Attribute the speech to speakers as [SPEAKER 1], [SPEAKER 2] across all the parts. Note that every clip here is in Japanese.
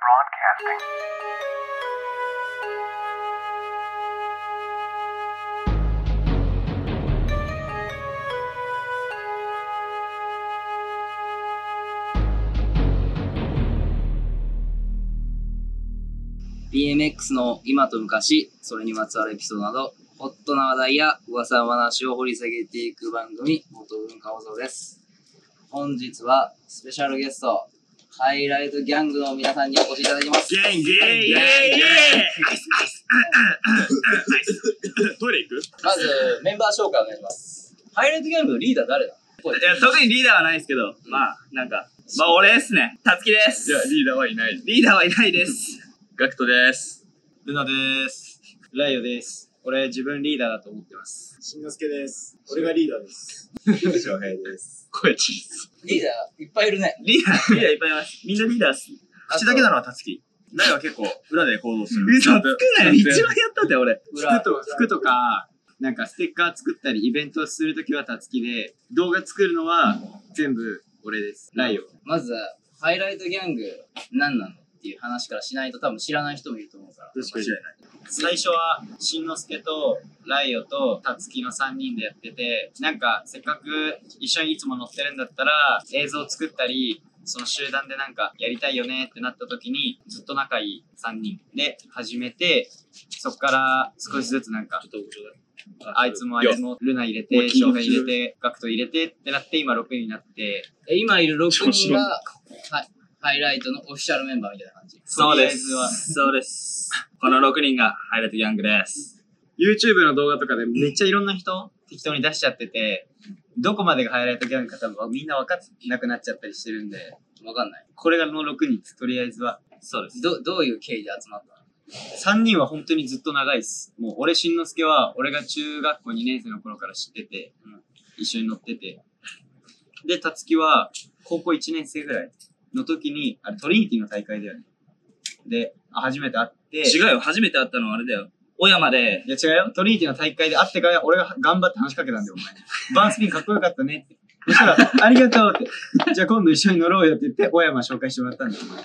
[SPEAKER 1] Podcasting.
[SPEAKER 2] BMX の今と昔、それにまつわるエピソードなど、ホットな話題や噂話を掘り下げていく番組、元文化放送です。本日はスペシャルゲスト、ハイライトギャングの皆さんにお越しいただきます。
[SPEAKER 3] ゲンゲンゲンゲンアイスアイスアイストイレ行く
[SPEAKER 2] まず、メンバー紹介お願いします。ハイライトギャングのリーダー誰だ
[SPEAKER 4] いや、特にリーダーはないですけど、まあ、なんか、まあ、俺ですね。たつきです。
[SPEAKER 5] じゃあ、リーダーはいない。
[SPEAKER 4] リーダーはいないです。
[SPEAKER 5] ガクトです。
[SPEAKER 4] ルナです。ライオです。俺、自分リーダーだと思ってます。
[SPEAKER 6] しんのすけです。俺がリーダー です。
[SPEAKER 5] 翔平です。声小さ
[SPEAKER 2] リーダー、いっぱいいるね。
[SPEAKER 4] リーダー、リーダーいっぱいいます。みんなリーダーっす。
[SPEAKER 5] 口だけなのはたつき。ライは結構裏で行動する。
[SPEAKER 4] 嘘つくなよ。一番やったんだよ、俺。
[SPEAKER 2] 裏、
[SPEAKER 6] と
[SPEAKER 7] 服とか、なんかステッカー作ったり、イベントするときはたつきで、動画作るのは全部俺です。ライオ。
[SPEAKER 2] まず、ハイライトギャング、何なのっていう話からしないと多分知らない人もいると思うから。
[SPEAKER 5] 確かに。
[SPEAKER 7] 最初は、しんのすけと、ライオと、たつきの3人でやってて、なんか、せっかく一緒にいつも乗ってるんだったら、映像作ったり、その集団でなんかやりたいよねってなった時に、ずっと仲いい3人で始めて、そっから少しずつなんか、あいつもあいつも、ルナ入れて、翔平入れて、ガクト入れてってなって、今6人になって、
[SPEAKER 2] え今いる6人が、はいハイライトのオフィシャルメンバーみたいな感じ。
[SPEAKER 4] そうで
[SPEAKER 7] とりあえ
[SPEAKER 4] す。そうです。この6人がハイライトギャングです。
[SPEAKER 7] YouTube の動画とかでめっちゃいろんな人適当に出しちゃってて、どこまでがハイライトギャングか多分みんな分かってなくなっちゃったりしてるんで、
[SPEAKER 2] わかんない。
[SPEAKER 7] これがの6人ですとりあえずは。
[SPEAKER 4] そうです。
[SPEAKER 2] ど、どういう経緯で集まったの
[SPEAKER 7] 3人は本当にずっと長いです。もう俺、しんのすけは、俺が中学校2年生の頃から知ってて、一緒に乗ってて。で、たつきは、高校1年生ぐらいの時に、あれ、トリニティの大会だよね。で、あ初めて会って、
[SPEAKER 4] 違うよ。初めて会ったのはあれだよ。小山で、
[SPEAKER 7] いや違うよ。トリニティの大会で会ってから俺が頑張って話しかけたんだよ、お前。バンスピンかっこよかったねって。そしたら、ありがとうって。じゃあ今度一緒に乗ろうよって言って、小山紹介してもらったんだよ、お前。い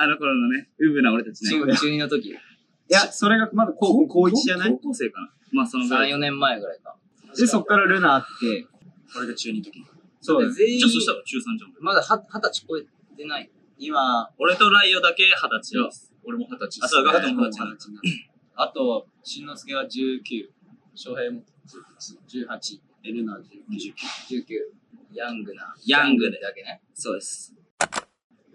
[SPEAKER 4] あの頃のね、ウブな俺たちね。
[SPEAKER 7] そう
[SPEAKER 2] 中中二の時
[SPEAKER 7] や、それがまだ高校、高1じゃない
[SPEAKER 4] 高校生かな。まあ、そのぐらい。
[SPEAKER 2] ?3、4年前ぐらいか。
[SPEAKER 7] で、そっからルナあって、
[SPEAKER 4] 俺が中2の時。
[SPEAKER 7] そうだ
[SPEAKER 2] で
[SPEAKER 7] ね。
[SPEAKER 2] 全員
[SPEAKER 4] じゃあ、そしたら中3じゃん。
[SPEAKER 2] まだは二十歳超えてない。
[SPEAKER 7] 今、
[SPEAKER 4] 俺とライオだけ二十歳よ。
[SPEAKER 5] 俺も二十歳。
[SPEAKER 4] あ、そう、ガクトも二
[SPEAKER 7] 二
[SPEAKER 4] 十
[SPEAKER 7] 十
[SPEAKER 4] 歳
[SPEAKER 7] 歳
[SPEAKER 4] だ
[SPEAKER 7] になったあと、しんのすけは19、翔平も18、でルナは19。
[SPEAKER 2] 19。ヤングな。
[SPEAKER 4] ヤングで
[SPEAKER 2] だけね。
[SPEAKER 4] そうです。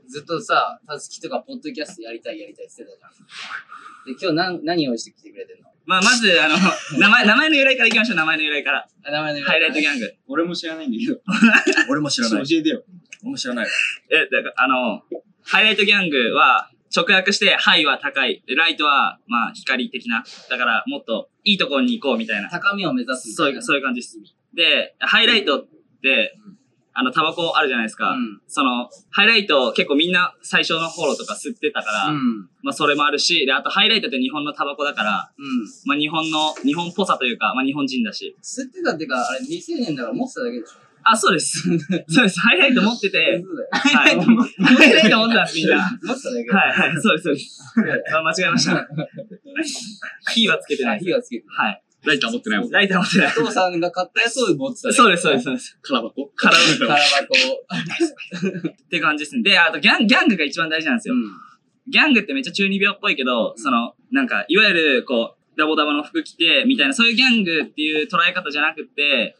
[SPEAKER 2] ずっとさ、たつきとかポッドキャストやりたいやりたいって言ってたじゃん。で、今日何、何用意してきてくれてんの
[SPEAKER 4] まあ、まず、あの、名前、名前の由来からいきましょう、名前の由来から。
[SPEAKER 2] あ、名前の由来
[SPEAKER 4] ハイライトギャング。
[SPEAKER 7] 俺も知らないんだけど、
[SPEAKER 5] 俺も知らない。
[SPEAKER 7] 教えてよ。
[SPEAKER 5] 俺も知らない。
[SPEAKER 4] え、だから、あの、ハイライトギャングは、直訳して、ハイは高い、でライトは、まあ、光的な。だから、もっと、いいところに行こう、みたいな。
[SPEAKER 2] 高みを目指すみ
[SPEAKER 4] そ
[SPEAKER 2] た
[SPEAKER 4] う
[SPEAKER 2] い
[SPEAKER 4] い
[SPEAKER 2] な。
[SPEAKER 4] う、そういう感じです。で、ハイライトって、あの、タバコあるじゃないですか。
[SPEAKER 2] うん
[SPEAKER 4] その、ハイライト結構みんな最初の頃とか吸ってたから、
[SPEAKER 2] うん。
[SPEAKER 4] まあ、それもあるし、で、あと、ハイライトって日本のタバコだから、
[SPEAKER 2] うん。
[SPEAKER 4] まあ、日本の、日本っぽさというか、まあ、日本人だし。
[SPEAKER 2] 吸ってたってか、あれ未成年だから持ってただけでしょ。
[SPEAKER 4] あ、そう です。そうです。ハイライト持ってて、
[SPEAKER 2] 嘘だよ
[SPEAKER 4] ハイライト持って、ハイライト持ってたん です、みんな。は
[SPEAKER 2] 持ってただけ
[SPEAKER 4] い、はい、そうです、そうです。あ間違えました。火はつけてな
[SPEAKER 2] あ
[SPEAKER 4] い。
[SPEAKER 2] 火はつけてない。
[SPEAKER 4] はい。
[SPEAKER 5] ライター持ってないもん。
[SPEAKER 4] ライター持ってない
[SPEAKER 2] お。父さんが買ったやつを持ってただけ。
[SPEAKER 4] そうです、そうです、そうです。
[SPEAKER 5] カラバコ。
[SPEAKER 4] カラオケ
[SPEAKER 2] 空箱を。
[SPEAKER 4] って感じですね。で、あとギャン、ギャングが一番大事なんですよ。ギャングってめっちゃ中二病っぽいけど、その、なんか、いわゆる、こう、ダボダボの服着て、みたいな、そういうギャングっていう捉え方じゃなくて、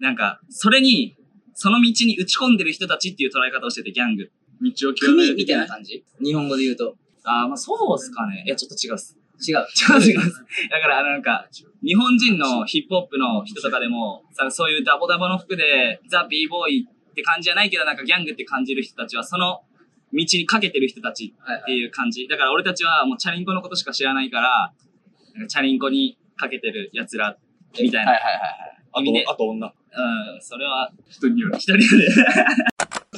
[SPEAKER 4] なんか、それに、その道に打ち込んでる人たちっていう捉え方をしてて、ギャング。
[SPEAKER 5] 道を極め
[SPEAKER 2] 組
[SPEAKER 5] る。
[SPEAKER 2] みたいな感じ日本語で言うと。
[SPEAKER 4] ああ、まあそうっすかね。いや、ちょっと違うっす。
[SPEAKER 2] 違う。
[SPEAKER 4] 違う違うっす。だから、あのなんか、日本人のヒップホップの人とかでも、さそういうダボダボの服で、ザ・ビーボーイって感じじゃないけど、なんかギャングって感じる人たちは、その道にかけてる人たち
[SPEAKER 2] はい
[SPEAKER 4] っ
[SPEAKER 2] は
[SPEAKER 4] て
[SPEAKER 2] い。
[SPEAKER 4] いう感じ。だから俺たちはもうチャリンコのことしか知らないから、なんかチャリンコにかけてる奴ら、みたい
[SPEAKER 2] はいはい
[SPEAKER 4] な
[SPEAKER 2] は
[SPEAKER 5] あ
[SPEAKER 4] 意味で。
[SPEAKER 5] と、あと女。
[SPEAKER 4] うん、それは
[SPEAKER 5] 人による。
[SPEAKER 4] 一人で。
[SPEAKER 2] いは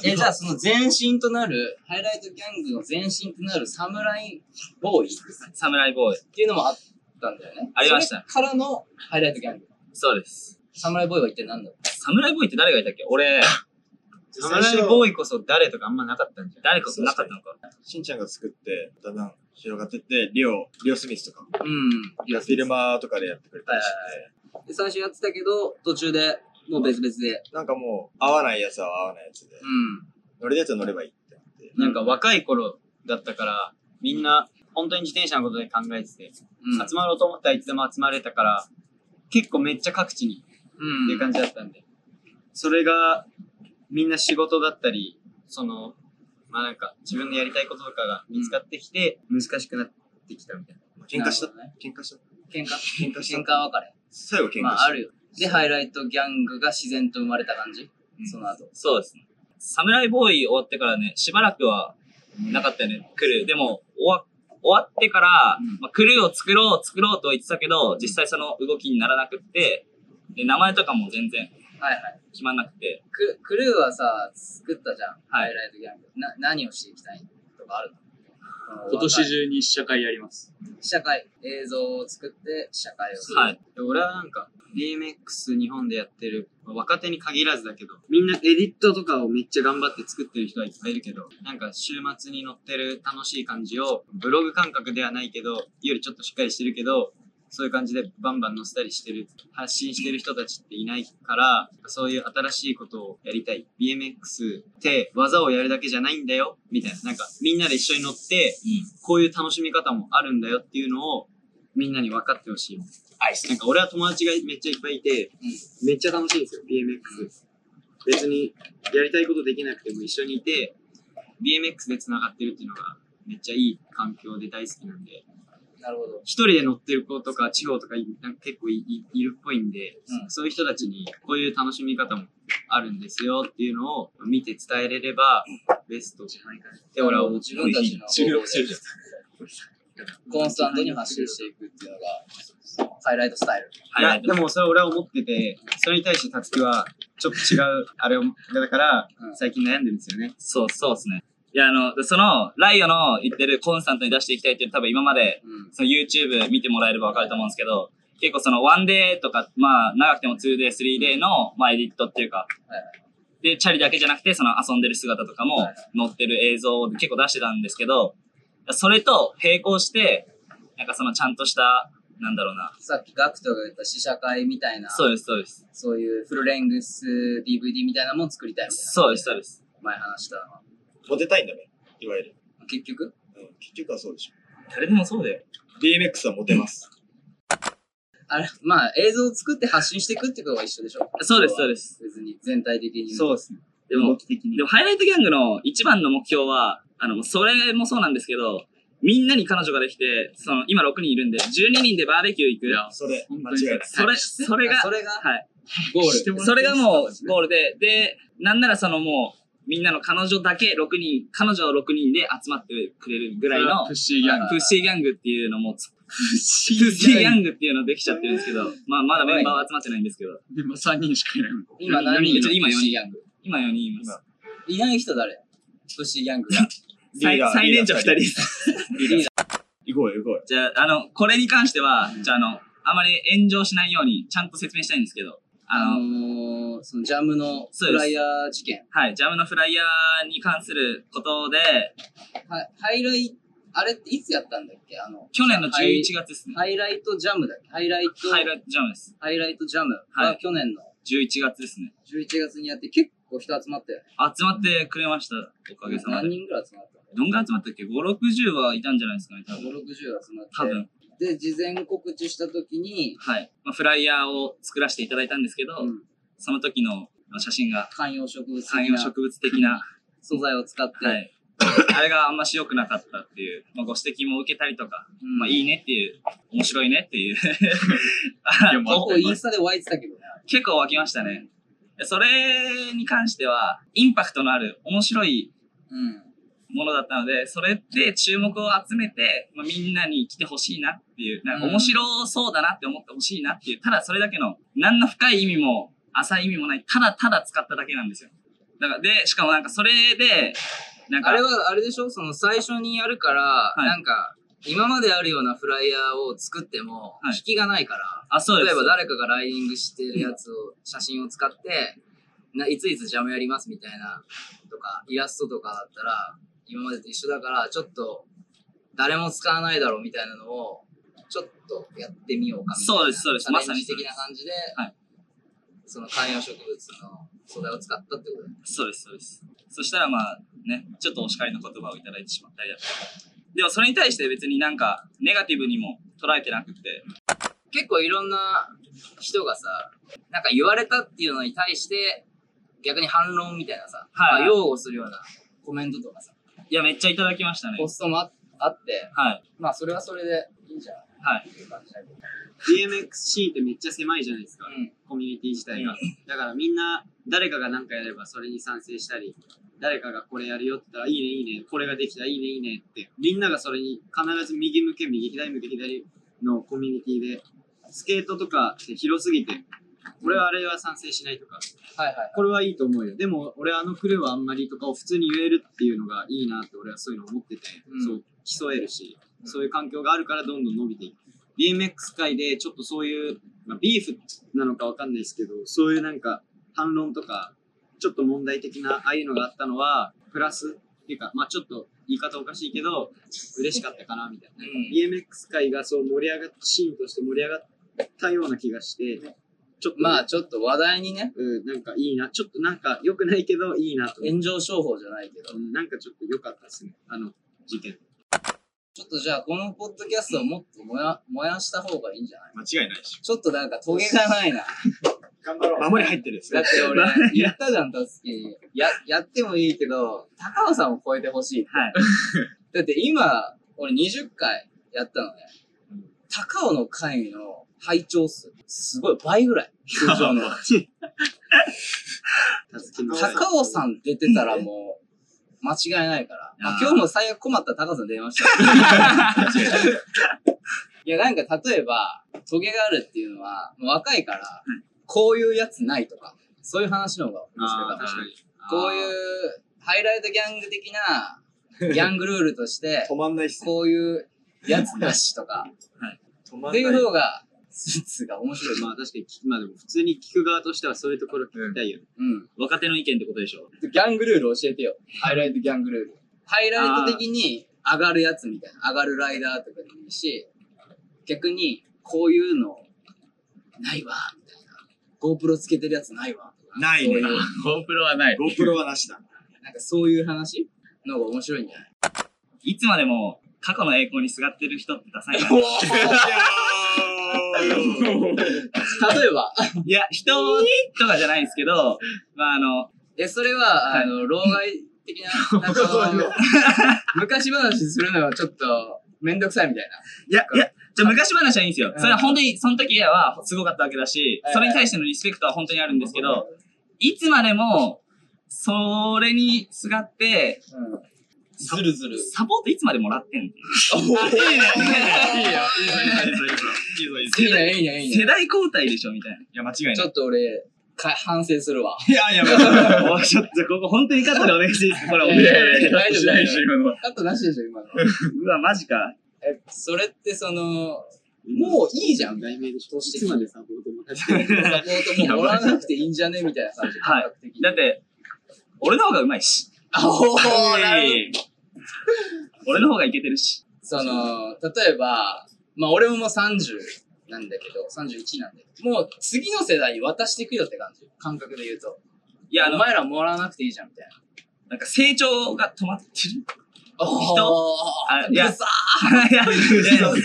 [SPEAKER 2] い。え、じゃあその前身となる、ハイライトギャングの前身となるサムライボーイっ
[SPEAKER 4] サムライボーイ。
[SPEAKER 2] ていうのもあったんだよね。
[SPEAKER 4] ありました
[SPEAKER 2] それからのハイライトギャング。
[SPEAKER 4] そうです。
[SPEAKER 2] サムライボーイは一体何だろ
[SPEAKER 4] サムライボーイって誰がいたっけ俺、
[SPEAKER 6] じゃあ
[SPEAKER 7] 浜
[SPEAKER 6] 最
[SPEAKER 7] 波
[SPEAKER 6] 初
[SPEAKER 7] ボーイこそ誰とかあんまなかったんじゃん。
[SPEAKER 4] 誰かなかったのか。
[SPEAKER 5] しんちゃんが作って、だんだん広がってって、リオ、リオスミスとか、
[SPEAKER 2] うん。
[SPEAKER 5] フィルマーとかでやってくれたりし
[SPEAKER 2] はい
[SPEAKER 5] て、
[SPEAKER 2] で、最初やってたけど、途中でもう別々で。
[SPEAKER 5] なんかもう、合わないやつは合わないやつで、
[SPEAKER 2] う
[SPEAKER 5] 乗れるやつは乗ればいいってなって。
[SPEAKER 7] なんか若い頃だったから、みんな本当に自転車のことで考えてて、
[SPEAKER 2] ん。うん。
[SPEAKER 7] 集まろうと思ったらいつでも集まれたから、結構めっちゃ各地に
[SPEAKER 2] うん。
[SPEAKER 7] っていう感じだったんで、それがみんな仕事だったり、その、まあなんか自分のやりたいこととかが見つかってきて、難しくなってきたみたいな。
[SPEAKER 5] 喧嘩した、
[SPEAKER 2] なる
[SPEAKER 5] 喧嘩した
[SPEAKER 2] 喧
[SPEAKER 5] 喧
[SPEAKER 2] 嘩
[SPEAKER 5] 嘩した
[SPEAKER 2] 喧嘩は別
[SPEAKER 5] 最後喧嘩し
[SPEAKER 2] れ。
[SPEAKER 5] た。
[SPEAKER 2] まあ、あるよ。で、ハイライトギャングが自然と生まれた感じその後。
[SPEAKER 4] そうですね。サムライボーイ終わってからね、しばらくはなかったよね、来る。でも、終わ終わってから、まあ、クルーを作ろう、作ろうとは言ってたけど、実際その動きにならなくって、で、名前とかも全然
[SPEAKER 2] はいはい。
[SPEAKER 4] 決まんなくて、
[SPEAKER 2] ククルーはさ、作ったじゃん。
[SPEAKER 4] はい
[SPEAKER 2] ハイライトギャング。な、何をしていきたいとかあるの
[SPEAKER 1] 今年中に試写会やります。
[SPEAKER 2] 試写会、映像を作って、試写会をする。
[SPEAKER 4] はい。
[SPEAKER 7] で俺はなんか DMX 日本でやってる若手に限らずだけどみんなエディットとかをめっちゃ頑張って作ってる人はいっぱいいるけどなんか週末に載ってる楽しい感じをブログ感覚ではないけどよりちょっとしっかりしてるけどそういう感じでバンバン載せたりしてる発信してる人たちっていないからそういう新しいことをやりたい BMX って技をやるだけじゃないんだよみたいななんかみんなで一緒に乗ってこういう楽しみ方もあるんだよっていうのをみんなに分かってほしいなんか俺は友達がめっちゃいっぱいいて、めっちゃ楽しいんですよ、BMX。別にやりたいことできなくても一緒にいて、BMX で繋がってるっていうのがめっちゃいい環境で大好きなんで、
[SPEAKER 2] なるほど。
[SPEAKER 7] 一人で乗ってる子とか地方とかいなんか結構いいいるっぽいんで、
[SPEAKER 2] うん
[SPEAKER 7] そういう人たちにこういう楽しみ方もあるんですよっていうのを見て伝えれればベストって俺は思う。
[SPEAKER 2] 自分たちの方向でコンスタントに発信していくっていうのが、ハイライトスタイル。
[SPEAKER 7] いや、でもそれ俺は思ってて、それに対してたつきは、ちょっと違う、あれを、だから
[SPEAKER 2] うん、
[SPEAKER 7] 最近悩んでるんですよね。
[SPEAKER 4] そう、そうですね。いや、あの、その、ライオの言ってるコンスタントに出していきたいっていう、多分今まで
[SPEAKER 2] うん。
[SPEAKER 4] その YouTube 見てもらえればわかると思うんですけど、結構その 1day とか、まあ長くても 2day、3day の、まあエディットっていうか
[SPEAKER 2] はいは、
[SPEAKER 4] で、チャリだけじゃなくて、その遊んでる姿とかも
[SPEAKER 2] はい
[SPEAKER 4] 載ってる映像を結構出してたんですけど、それと並行して、なんかそのちゃんとした、なんだろうな。
[SPEAKER 2] さっきガクトが言った試写会みたいな、
[SPEAKER 4] そうです、そうです。
[SPEAKER 2] そういうフルレングス DVD みたいなのも作りたいみたいな。
[SPEAKER 4] そうです、そうです。
[SPEAKER 2] 前話したのは。
[SPEAKER 5] モテたいんだね、いわゆる。
[SPEAKER 2] 結局
[SPEAKER 5] うん、結局はそうでしょ。
[SPEAKER 4] 誰でもそうだよ。
[SPEAKER 5] BMX はモテます。
[SPEAKER 2] あれ、まあ映像を作って発信していくってことは一緒でしょ
[SPEAKER 4] そうです、そうです。
[SPEAKER 2] 別に全体的に。
[SPEAKER 7] そうですね。
[SPEAKER 4] でも、
[SPEAKER 7] 期的に
[SPEAKER 4] でもハイライトギャングの一番の目標は、あの、それもそうなんですけど、みんなに彼女ができて、その、今6人いるんで、12人でバーベキュー行く。
[SPEAKER 5] それ、
[SPEAKER 1] 本当
[SPEAKER 5] 間
[SPEAKER 1] に
[SPEAKER 5] 違いない。
[SPEAKER 4] それ、それが
[SPEAKER 2] あ、それが
[SPEAKER 4] はい。
[SPEAKER 1] ゴーしてル。もらっ
[SPEAKER 4] それがもうゴールで、で、なんならそのもう、みんなの彼女だけ6人、彼女6人で集まってくれるぐらいの
[SPEAKER 1] フッ、シーギャング。
[SPEAKER 4] フッシーギャングっていうのも、フッシーギャングっていうのできちゃってるんですけど、まあまだメンバーは集まってないんですけど、
[SPEAKER 1] メンバー3人しかいない。
[SPEAKER 2] 今何人いるの
[SPEAKER 4] 今
[SPEAKER 2] フ
[SPEAKER 4] 四人
[SPEAKER 2] ッシーギャング。
[SPEAKER 4] 今4人います。
[SPEAKER 2] いない人誰フッシーギャング が。
[SPEAKER 4] 最最年長2人
[SPEAKER 5] リーダー
[SPEAKER 4] です。
[SPEAKER 5] 行こうよ、行こうよ。
[SPEAKER 4] じゃあ、あの、これに関しては、じゃああの、あまり炎上しないようにちゃんと説明したいんですけど、あ
[SPEAKER 2] あ
[SPEAKER 4] の、
[SPEAKER 2] のー、そのジャムの
[SPEAKER 4] そ
[SPEAKER 2] フ
[SPEAKER 4] うです
[SPEAKER 2] ライヤー事件。
[SPEAKER 4] はい、ジャムのフライヤーに関することで、
[SPEAKER 2] はハイライ、あれっていつやったんだっけあの、
[SPEAKER 4] 去年の11月ですね。
[SPEAKER 2] ハイライトジャムだっけハイライト、
[SPEAKER 4] ハイライトジャムです。
[SPEAKER 2] ハイライトジャム
[SPEAKER 4] は
[SPEAKER 2] はい去年の
[SPEAKER 4] 11月ですね。
[SPEAKER 2] 11月にやって結構人集まったよね。
[SPEAKER 4] 集まってくれました、おかげさま
[SPEAKER 2] 何
[SPEAKER 4] で。
[SPEAKER 2] 人ぐらい集まったの
[SPEAKER 4] どんぐらい集まったっけ ?5、60はいたんじゃないですかね、多
[SPEAKER 2] ?5、60
[SPEAKER 4] 分。
[SPEAKER 2] 集まって。
[SPEAKER 4] 多分。
[SPEAKER 2] で、事前告知した時に、
[SPEAKER 4] はい。まあ、フライヤーを作らせていただいたんですけど、
[SPEAKER 2] うん
[SPEAKER 4] その時のまあ写真が、
[SPEAKER 2] 観葉植物
[SPEAKER 4] 観
[SPEAKER 2] 的
[SPEAKER 4] 葉
[SPEAKER 2] な
[SPEAKER 4] 植物的な、
[SPEAKER 2] 素材を使って、
[SPEAKER 4] はい。あれがあんまし良くなかったっていう、まあ、ご指摘も受けたりとか、
[SPEAKER 2] うん
[SPEAKER 4] まあ、いいねっていう、面白いねっ ていう。
[SPEAKER 1] いやもう
[SPEAKER 2] 結構インスタで湧いてたけどね。
[SPEAKER 4] 結構湧きましたね。それに関しては、インパクトのある、面白い
[SPEAKER 2] うん。
[SPEAKER 4] ものだったので、それで注目を集めて、まあ、みんなに来てほしいなっていう、なんか
[SPEAKER 2] うん
[SPEAKER 4] 面白そうだなって思ってほしいなっていう、ただそれだけの、何の深い意味も浅い意味もない、ただただ使っただけなんですよ。だから、で、しかもなんかそれで、なんか、
[SPEAKER 2] あれは、あれでしょその最初にやるから、
[SPEAKER 4] い
[SPEAKER 2] なんか、今まであるようなフライヤーを作っても
[SPEAKER 4] はい、
[SPEAKER 2] 引きがないから、
[SPEAKER 4] あ、そうで
[SPEAKER 2] 例え
[SPEAKER 4] す
[SPEAKER 2] ば。誰かがライディングしてるやつを、写真を使って、ないついつジャムやりますみたいなとか、イラストとかだったら、今までと一緒だから、ちょっと、誰も使わないだろうみたいなのを、ちょっとやってみようかみたいな。
[SPEAKER 4] そうですそうです
[SPEAKER 2] チャレンジ
[SPEAKER 4] まさにそうで
[SPEAKER 2] 的
[SPEAKER 4] す
[SPEAKER 2] な感じで、
[SPEAKER 4] はい
[SPEAKER 2] その観葉植物の素材を使ったってことだよね。
[SPEAKER 4] そうです、そうです。そしたらまあね、ちょっとお叱りの言葉をいただいてしまったりだとか。でもそれに対して別になんか、ネガティブにも捉えてなくて、
[SPEAKER 2] 結構いろんな人がさ、なんか言われたっていうのに対して、逆に反論みたいなさ、
[SPEAKER 4] は
[SPEAKER 2] ま
[SPEAKER 4] い
[SPEAKER 2] あ擁護するようなコメントとかさ、
[SPEAKER 4] いや、めっちゃいただきましたね。
[SPEAKER 2] ポストもああって、
[SPEAKER 4] はい、
[SPEAKER 2] まあそれはそれでいいんじゃない
[SPEAKER 4] はい。
[SPEAKER 2] っていう感じだけど。
[SPEAKER 7] DMXC ってめっちゃ狭いじゃないですか、
[SPEAKER 2] うん
[SPEAKER 7] コミュニティ自体が、だからみんな誰かが何かやればそれに賛成したり誰かがこれやるよって言ったらいいねいいねこれができたいいねいいねってみんながそれに必ず右向け右左向け左のコミュニティでスケートとかって広すぎて俺はあれは賛成しないとか
[SPEAKER 2] はいはい。
[SPEAKER 7] これはいいと思うよでも俺あのクルーはあんまりとかを普通に言えるっていうのがいいなって俺はそういうの思ってて、
[SPEAKER 2] うん
[SPEAKER 7] そう競えるし、
[SPEAKER 2] うん
[SPEAKER 7] そういう環境があるからどんどん伸びていく BMX 界でちょっとそういう、まあ、ビーフなのかわかんないですけどそういうなんか反論とかちょっと問題的なああいうのがあったのはプラスっていうかまあちょっと言い方おかしいけど嬉しかったかなみたいな
[SPEAKER 2] うん
[SPEAKER 7] BMX 界がそう盛り上がっシーンとして盛り上がったような気がしてちょっと
[SPEAKER 2] まあちょっと話題にね、
[SPEAKER 7] うん、なんかいいな。ちょっとなんか良くないけどいいなと思って。
[SPEAKER 2] 炎上商法じゃないけど、
[SPEAKER 7] うんなんかちょっと良かったですね。あの事件。
[SPEAKER 2] ちょっとじゃあこのポッドキャストをもっと燃や燃やした方がいいんじゃない
[SPEAKER 5] 間違いないでし
[SPEAKER 2] ちょっとなんかトゲが ないな。
[SPEAKER 6] 頑張ろう。
[SPEAKER 5] ょ。守り入ってるんです
[SPEAKER 2] だ
[SPEAKER 5] よ
[SPEAKER 2] っ。て俺、言ったじゃん、たすきに。や、やってもいいけど、高尾さんを超えてほしい。
[SPEAKER 4] はい。
[SPEAKER 2] だって今、俺20回やったのね。高尾の回の拝聴数、すごい倍ぐら い。通常の。
[SPEAKER 7] たつきの
[SPEAKER 2] 高尾さん出てたらもう、間違いないから。まあ、今日も最悪困ったら高尾さん電話 した。いや、なんか例えば、トゲがあるっていうのは、もう若いから、こういうやつないとか、そういう話の方が面白か
[SPEAKER 7] あ
[SPEAKER 2] っ
[SPEAKER 7] ー
[SPEAKER 2] た。
[SPEAKER 7] 確かに。
[SPEAKER 2] こういう
[SPEAKER 7] う。
[SPEAKER 2] ハイライトギャング的 なギャングルールとして、
[SPEAKER 5] 止まんないっすね。
[SPEAKER 2] こういうやつなしと か、
[SPEAKER 5] 止まん
[SPEAKER 2] って
[SPEAKER 5] ないい。
[SPEAKER 2] う方が、スーツが面白い。
[SPEAKER 7] まあ確かに聞き、まあでも普通に聞く側としてはそういうところ聞きたいよね。
[SPEAKER 2] うん。
[SPEAKER 4] 若手の意見ってことでしょ
[SPEAKER 2] ギャングルール教えてよ。ハイライトギャングルール。ハイライト的に上がるやつみたいな。上がるライダーとかでもいいし、逆にこういうのないわ、みたいな。GoPro つけてるやつないわ、とか。
[SPEAKER 5] ないね
[SPEAKER 2] そういう
[SPEAKER 1] GoPro はない。
[SPEAKER 5] GoPro はな しだ。
[SPEAKER 2] なんかそういう話の方が面白いんじゃない
[SPEAKER 4] いつまでも過去の栄光にすがってる人ってダサいな。
[SPEAKER 2] 例えば、
[SPEAKER 4] いや、人とかじゃないんですけど、まああの、
[SPEAKER 2] え、それは、
[SPEAKER 4] はい
[SPEAKER 2] あの、老害的 な、なんかあの、昔話するのはちょっと、めんどくさいみたい
[SPEAKER 4] いや、いや、じゃあ昔話はいいんですよ
[SPEAKER 2] う。ん
[SPEAKER 4] それは本当に、その時はすごかったわけだし
[SPEAKER 2] は、い
[SPEAKER 4] それに対してのリスペクトは本当にあるんですけど、いつまでも、それにすがって、
[SPEAKER 2] な。うん。
[SPEAKER 4] サ
[SPEAKER 2] ずる ずる。
[SPEAKER 4] サポートいつまでもらってんの
[SPEAKER 2] いいね、いいね、いい
[SPEAKER 4] 世
[SPEAKER 2] ね。
[SPEAKER 4] 代交代でしょみたいな。
[SPEAKER 5] いや、間違い
[SPEAKER 2] ち
[SPEAKER 5] ない。
[SPEAKER 2] ょっと俺、か反省するわ。
[SPEAKER 5] いや、いや、間違いない
[SPEAKER 4] おいちょっとここ本当にカットでお願いしていいですかこれお願い
[SPEAKER 2] いやいやいや
[SPEAKER 1] 大丈夫、大丈夫、今のは。
[SPEAKER 2] カットなしでしょ、今の。
[SPEAKER 4] うわ、マジか。
[SPEAKER 2] え、それってその、もういいじゃん、
[SPEAKER 7] 題名でしょ。
[SPEAKER 2] 年
[SPEAKER 7] い
[SPEAKER 2] 的
[SPEAKER 7] つ
[SPEAKER 2] に
[SPEAKER 7] までサポートもらって
[SPEAKER 2] サポートももらわなくていいんじゃねみたいな感じ。
[SPEAKER 4] はい
[SPEAKER 2] 感覚的に
[SPEAKER 4] だっ、て、俺の方がうまいし。
[SPEAKER 2] あおー、なるほど
[SPEAKER 4] えい俺の方がいけてるし。
[SPEAKER 2] その、例えば、まあ俺ももう30なんだけど、31なんで、もう次の世代に渡していくよって感じ。感覚で言うと。
[SPEAKER 4] いや、あ
[SPEAKER 2] お
[SPEAKER 4] の、
[SPEAKER 2] 前らもらわなくていいじゃんみたいな。
[SPEAKER 4] なんか成長が止まってる。
[SPEAKER 2] お
[SPEAKER 4] あ
[SPEAKER 2] ー
[SPEAKER 4] いや
[SPEAKER 2] ぐさ
[SPEAKER 4] いや、いや、いや、
[SPEAKER 2] ー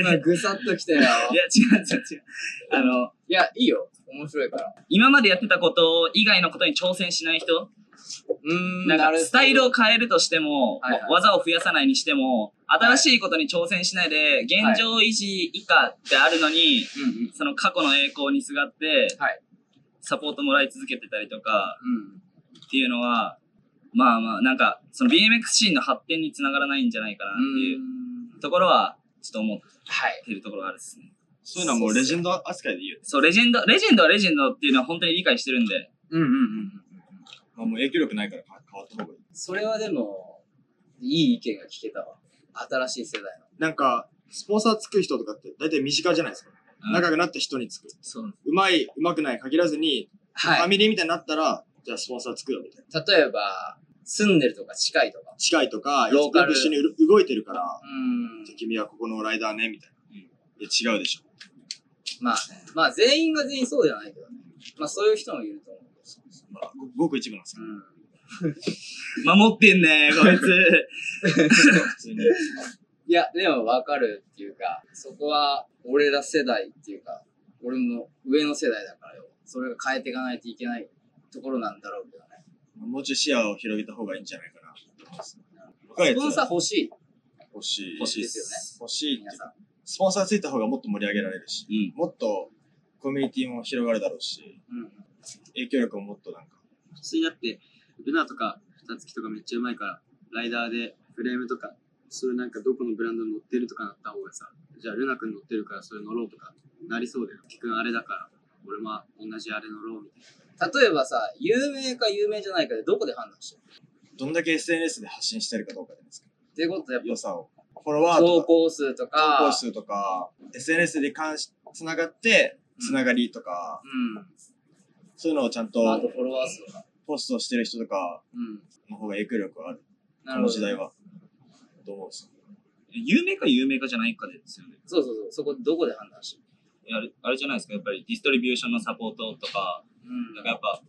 [SPEAKER 2] 今ぐさっときたよ。
[SPEAKER 4] いや違う違う違う。あの、
[SPEAKER 2] いや、いいよ。面白いから。
[SPEAKER 4] 今までやってたこと以外のことに挑戦しない人、
[SPEAKER 2] うーん
[SPEAKER 4] なんかスタイル
[SPEAKER 2] を。
[SPEAKER 4] を変えるとしても、
[SPEAKER 2] はいはい
[SPEAKER 4] 技を増やさないにしても、新しいことに挑戦しないで、現状維持以下ってあるのに、
[SPEAKER 2] うんうん。うん。
[SPEAKER 4] その過去の栄光にすがって、
[SPEAKER 2] はい
[SPEAKER 4] サポートもらい続けてたりとかっていうのは、まあまあ、なんか、その BMX シーンの発展につながらないんじゃないかなっていうう
[SPEAKER 2] ーん
[SPEAKER 4] ところは、ちょっと思っ
[SPEAKER 2] はい。
[SPEAKER 4] てるところがあるですね。
[SPEAKER 5] そういうのはもうレジェンド扱いで言う。
[SPEAKER 4] そう、レジェンド、レジェンドはレジェンドっていうのは本当に理解してるんで、
[SPEAKER 2] うんうんうん。
[SPEAKER 5] まあもう影響力ないからか変わった方がいい。
[SPEAKER 2] それはでも、いい意見が聞けたわ。新しい世代の。
[SPEAKER 5] なんか、スポンサーつく人とかって大体身近じゃないですか。
[SPEAKER 8] 仲良くなった人につく。
[SPEAKER 2] そう。
[SPEAKER 8] うまい、うまくない限らずに、フ
[SPEAKER 2] は
[SPEAKER 8] ァ
[SPEAKER 2] い。
[SPEAKER 8] ミリーみたいになったら、じゃあスポンサーつくよみたいな。
[SPEAKER 2] 例えば、住んでるとか近いとか。
[SPEAKER 8] 近いとか、
[SPEAKER 2] ローカル
[SPEAKER 8] よく一緒にうる動いてるから、
[SPEAKER 2] うん
[SPEAKER 8] じゃあ君はここのライダーね、みたいな。
[SPEAKER 6] いや違うでしょ。
[SPEAKER 2] まあ、まあ全員が全員そうじゃないけどね。まあそういう人もいると思う。
[SPEAKER 6] まあ、ごごく一部なんですけ
[SPEAKER 2] うん。
[SPEAKER 4] 守ってんねこいつ。
[SPEAKER 6] ど、普通に。
[SPEAKER 2] いや、でも分かるっていうか、そこは俺ら世代っていうか、俺も上の世代だからよ。それが変えていかないといけないところなんだろうけどね。
[SPEAKER 6] もうちょい視野を広げた方がいいんじゃないかなと思います。若い
[SPEAKER 2] ス
[SPEAKER 6] やつ
[SPEAKER 2] ポンサー
[SPEAKER 6] は
[SPEAKER 2] 欲しい、
[SPEAKER 6] 欲しい。
[SPEAKER 2] 欲しいですよね
[SPEAKER 6] 欲しいってい
[SPEAKER 2] 皆
[SPEAKER 6] う
[SPEAKER 2] さ
[SPEAKER 6] か
[SPEAKER 2] ん。
[SPEAKER 6] スポンサーついた方がもっと盛り上げられるし、
[SPEAKER 4] うん
[SPEAKER 6] もっとコミュニティも広がるだろうし、
[SPEAKER 2] うん。
[SPEAKER 6] 影響力ももっとなんか、
[SPEAKER 7] 普通にだって、ルナとか、二月とかめっちゃうまいから、ライダーでフレームとか、そういうなんかどこのブランドに乗ってるとかなった方がさ、じゃあルナくん乗ってるからそれ乗ろうとか、なりそうだよ。きくんあれだから、俺も同じあれ乗ろうみたいな。
[SPEAKER 2] 例えばさ、有名か有名じゃないかでどこで判断してる
[SPEAKER 6] どんだけ SNS で発信してるかどうかじゃないですか。
[SPEAKER 2] ってことはやっ
[SPEAKER 6] 良さを。フォロワ
[SPEAKER 2] ぱ
[SPEAKER 6] ーと
[SPEAKER 2] 投
[SPEAKER 6] か、
[SPEAKER 2] 稿数とか、
[SPEAKER 6] 投稿数とか、SNS で関し、つながって、つながりとか、そういうのをちゃん
[SPEAKER 2] うん。あ
[SPEAKER 6] と
[SPEAKER 2] とフォロワー数とか。
[SPEAKER 6] ポストしてる人とか
[SPEAKER 2] うん。
[SPEAKER 6] の方が影響力はある。
[SPEAKER 2] な
[SPEAKER 6] この
[SPEAKER 2] るほど
[SPEAKER 6] 時。代は。どう思うんですか
[SPEAKER 4] 有名か有名かじゃないかですよね。
[SPEAKER 2] そうそうそう。そこどこで判断してる
[SPEAKER 4] あれあれじゃないですか、やっぱりディストリビューションのサポートとか、
[SPEAKER 2] うん
[SPEAKER 4] なんかやっぱ、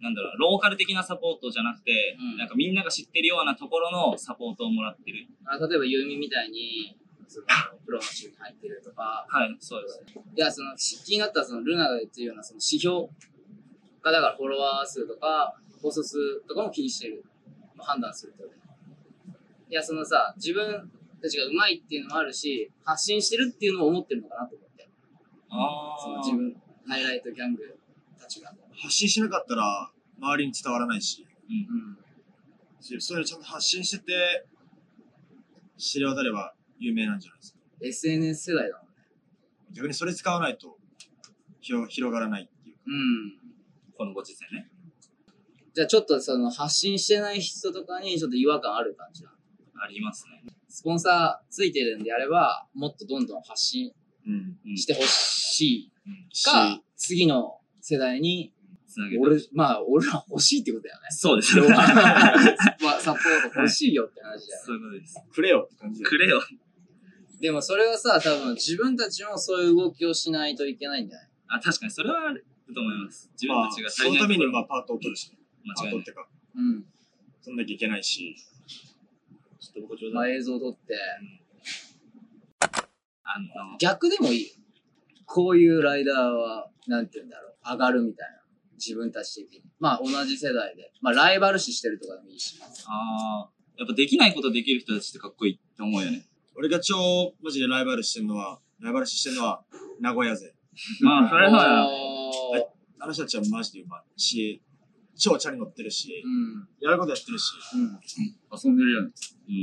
[SPEAKER 4] なんだろう、ローカル的なサポートじゃなくて、
[SPEAKER 2] うん
[SPEAKER 4] なんかみんなが知ってるようなところのサポートをもらってる。
[SPEAKER 2] あ例えばユーミンみたいに、その、プロのチームに入ってるとか、
[SPEAKER 4] はい、そうです。
[SPEAKER 2] いや、その、し気になったその、ルナが言ってるような、その指標が、だからフォロワー数とか、放送数とかも気にしてる。まあ判断するってこといや、そのさ、自分たちがうまいっていうのもあるし、発信してるっていうのも思ってるのかなと思って。
[SPEAKER 4] あ
[SPEAKER 2] その自分、ハイライトギャングたちが。
[SPEAKER 6] 発信しなかったら周りに伝わらないし、
[SPEAKER 2] うん。
[SPEAKER 6] しそういうのちゃんと発信してて、知れ渡れば有名なんじゃないですか。
[SPEAKER 2] SNS 世代だもんね。
[SPEAKER 6] 逆にそれ使わないと広広がらないっていうか。
[SPEAKER 2] うん。
[SPEAKER 4] このご時世ね。
[SPEAKER 2] じゃあちょっとその、発信してない人とかにちょっと違和感ある感じなの
[SPEAKER 4] ありますね。
[SPEAKER 2] スポンサーついてるんであれば、もっとどんどん発信
[SPEAKER 6] うん。
[SPEAKER 2] してほしい。
[SPEAKER 6] うん、
[SPEAKER 2] か、次の世代に、
[SPEAKER 4] つなげて。
[SPEAKER 2] 俺、まあ、俺ら欲しいってことだよね。
[SPEAKER 4] そうです
[SPEAKER 2] 要
[SPEAKER 4] よ。
[SPEAKER 2] はまあサポート欲しいよって話だよね。
[SPEAKER 4] そういうことです。
[SPEAKER 6] くれよって感じで。
[SPEAKER 4] くれよ。
[SPEAKER 2] でもそれはさ、多分自分たちもそういう動きをしないといけないんじゃない
[SPEAKER 4] あ、確かにそれはあると思います。自
[SPEAKER 6] ま
[SPEAKER 4] 分
[SPEAKER 6] あ
[SPEAKER 4] たちが、足
[SPEAKER 6] そ
[SPEAKER 4] り
[SPEAKER 6] の
[SPEAKER 4] ない
[SPEAKER 6] ために
[SPEAKER 4] とこ
[SPEAKER 6] まあパートを取るし、
[SPEAKER 4] ろ
[SPEAKER 6] パー
[SPEAKER 4] 間違い
[SPEAKER 6] トっ
[SPEAKER 4] ない。
[SPEAKER 6] てか、
[SPEAKER 2] う
[SPEAKER 6] そんなきゃいけないし。ちょっと僕ちょ
[SPEAKER 2] ん。まあ映像撮って。
[SPEAKER 4] あの、
[SPEAKER 2] 逆でもいいよ。こういうライダーは、なんて言うんだろう。上がるみたいな。自分たち的に。まあ同じ世代で。まあライバル視してるとかでもいいし。
[SPEAKER 4] ああ、やっぱできないことできる人たちってかっこいいって思うよね。
[SPEAKER 6] 俺が超マジでライバルしてるのは、ライバル視してるのは名古屋勢。
[SPEAKER 4] まあ、それは、
[SPEAKER 2] お
[SPEAKER 6] は
[SPEAKER 2] ー
[SPEAKER 6] いあの人たちはマジでうまいし、超チャリ乗ってるし
[SPEAKER 2] う、ん。
[SPEAKER 6] やることやってるし、
[SPEAKER 2] うん。
[SPEAKER 9] 遊んでるよね。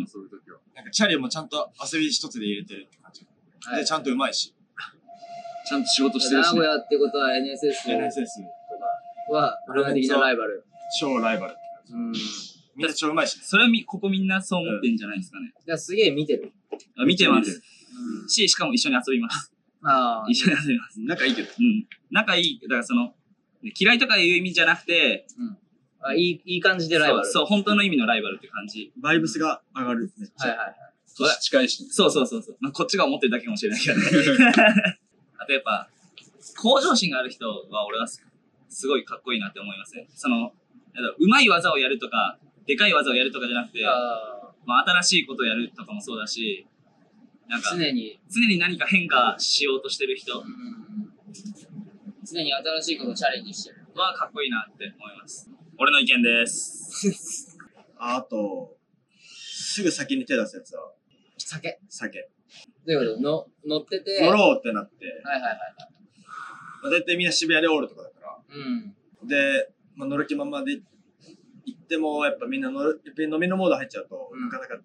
[SPEAKER 4] うん
[SPEAKER 9] そういう時は。
[SPEAKER 6] なんかチャリもちゃんと遊び一つで入れてるって感じ。
[SPEAKER 2] はい
[SPEAKER 6] で、ちゃんとうまいし、
[SPEAKER 4] ちゃんと仕事して
[SPEAKER 2] 名
[SPEAKER 4] るしね、
[SPEAKER 2] 古屋ってことは NSS
[SPEAKER 6] NSS
[SPEAKER 2] は、俺が的なライバル。
[SPEAKER 6] 超ライバル。
[SPEAKER 2] うん。だか
[SPEAKER 6] みんな超うまいし、
[SPEAKER 4] それはみ、ここみんなそう思ってんじゃないですかね。
[SPEAKER 2] らすげえ見てる。
[SPEAKER 4] あ見てま
[SPEAKER 6] 見
[SPEAKER 4] す。し、しかも一緒に遊びます。
[SPEAKER 2] ああ。
[SPEAKER 4] 一緒に 遊びます。
[SPEAKER 6] 仲いいけど。
[SPEAKER 4] うん。仲いい、だからその、嫌いとかいう意味じゃなくて、
[SPEAKER 2] あいい、いい感じでライバル。
[SPEAKER 4] そう、そう本当の意味のライバルって感じ。
[SPEAKER 6] バイブスが上がる。めっち
[SPEAKER 2] はい
[SPEAKER 6] ゃ。
[SPEAKER 2] はいはい。
[SPEAKER 9] 年近いしね。
[SPEAKER 4] そうそうそうそう。まあ、こっちが思ってるだけかもしれない けどね。あとやっぱ、向上心がある人は俺はすすごいかっこいいなって思いますね。その、なんだろううまい技をやるとか、でかい技をやるとかじゃなくて、
[SPEAKER 2] あ
[SPEAKER 4] まあ、新しいことをやるとかもそうだし、なんか
[SPEAKER 2] あ、、常に、
[SPEAKER 4] 常に何か変化しようとしてる人
[SPEAKER 2] 常に新しいことをチャレンジしてる。
[SPEAKER 4] はかっこいいなって思います。俺の意見です。
[SPEAKER 6] ああと、すぐ先に手出すやつは、
[SPEAKER 2] 酒。
[SPEAKER 6] 酒。
[SPEAKER 2] ということで、の乗ってて。
[SPEAKER 6] 乗
[SPEAKER 2] はい
[SPEAKER 6] ろうってなって、
[SPEAKER 2] はいはい。
[SPEAKER 6] まあ、大体みんな渋谷でおるとかだから。
[SPEAKER 2] うん。
[SPEAKER 6] で、まあ、乗る気ままで行っても、やっぱみんな乗る、やっぱり飲みのモード入っちゃうと、
[SPEAKER 2] うん
[SPEAKER 6] なかなか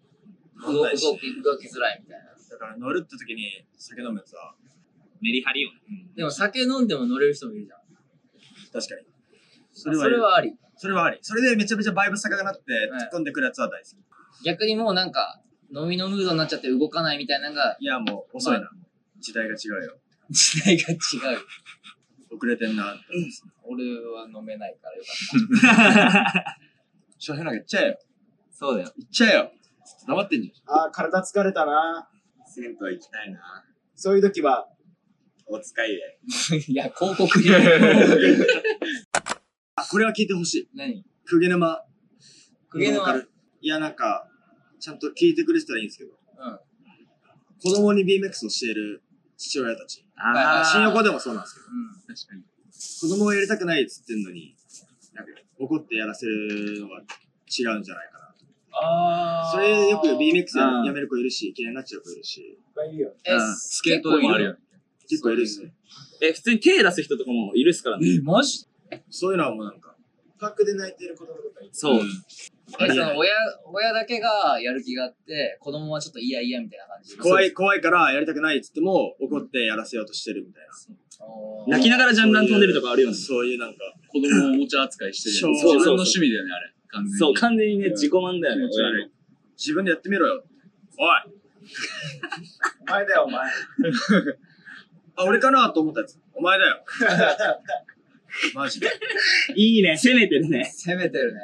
[SPEAKER 6] 乗ん
[SPEAKER 2] 動
[SPEAKER 6] な
[SPEAKER 2] き、
[SPEAKER 6] いし、
[SPEAKER 2] 動き、動きづらいみたいな。
[SPEAKER 6] だから乗るって時に酒飲むやつは、
[SPEAKER 4] メリハリをね。
[SPEAKER 6] うん
[SPEAKER 2] でも酒飲んでも乗れる人もいるじゃん。
[SPEAKER 6] 確かに。そ
[SPEAKER 2] そ
[SPEAKER 6] れ
[SPEAKER 2] れ
[SPEAKER 6] はいる
[SPEAKER 2] はあり。
[SPEAKER 6] それはあり。それでめちゃめちゃバイブス高くなって、突っ込んでくるやつは大好き。
[SPEAKER 2] 逆にもうなんか、飲みのムードになっちゃって動かないみたいなのが、
[SPEAKER 6] いや、もう遅いな。
[SPEAKER 2] ま
[SPEAKER 6] 時代が違うよ。
[SPEAKER 2] 時代が違う。
[SPEAKER 6] 遅れてんな。
[SPEAKER 2] 俺は飲めないからよかっ
[SPEAKER 6] 翔平なんか行っちゃえよ。
[SPEAKER 2] た。そうだよ。
[SPEAKER 6] 行っちゃえよ。ちょっと黙ってんじ
[SPEAKER 10] ああ、体疲れたな。
[SPEAKER 11] 銭湯行きたいな。
[SPEAKER 10] そういう時は、
[SPEAKER 11] お使いで。
[SPEAKER 2] いや、広告じゃん。
[SPEAKER 6] ゃん。あ、これは聞いてほしい。
[SPEAKER 2] 何
[SPEAKER 6] クゲ沼。
[SPEAKER 2] クゲ沼
[SPEAKER 6] わかるいや、なんか、ちゃんと聞いてくれてたらいいんですけど。子供に BMX を教える父親たち。
[SPEAKER 2] あー
[SPEAKER 6] 新横でもそうなんですけど。
[SPEAKER 2] う
[SPEAKER 6] 子供をやりたくないっつってんのに、なんか怒ってやらせるのは違うんじゃないかな。
[SPEAKER 2] あ
[SPEAKER 6] それよく BMX や
[SPEAKER 4] うん
[SPEAKER 6] やめる子いるし、嫌いになっちゃう子いるし、
[SPEAKER 10] いいよ。
[SPEAKER 2] え、
[SPEAKER 1] スケートでもあるよね。
[SPEAKER 6] 結構いるっすね。
[SPEAKER 4] え、普通に手出す人とかもいるっすからね。
[SPEAKER 2] え、マジ
[SPEAKER 6] そういうのはもうなんか、
[SPEAKER 10] パックで泣いてる子供とかいる。
[SPEAKER 4] そう。
[SPEAKER 2] え、その、親、親だけがやる気があって、子供はちょっといやいやみたいな感じ。
[SPEAKER 6] 怖
[SPEAKER 2] い。
[SPEAKER 6] い、怖いからやりたくないっつっても怒ってやらせようとしてるみたいな。
[SPEAKER 4] 泣きながらジャンラン飛んでるとかあるよね。
[SPEAKER 6] そういうなんか、
[SPEAKER 1] 子供をおもちゃ扱いしてるよね。
[SPEAKER 6] そ
[SPEAKER 1] 自
[SPEAKER 6] う
[SPEAKER 1] 分の
[SPEAKER 4] そう
[SPEAKER 1] 趣味だよね、あれ。完全に。
[SPEAKER 4] そう、完全にね、自己満だよね、
[SPEAKER 1] 気持ち悪い
[SPEAKER 4] 親の
[SPEAKER 6] 自分でやってみろよ。
[SPEAKER 10] お前だよ、お前。
[SPEAKER 6] あ、俺かなと思ったやつ。お前だよ。マジで。
[SPEAKER 4] いいね、攻めてるね。
[SPEAKER 2] 攻めてるね。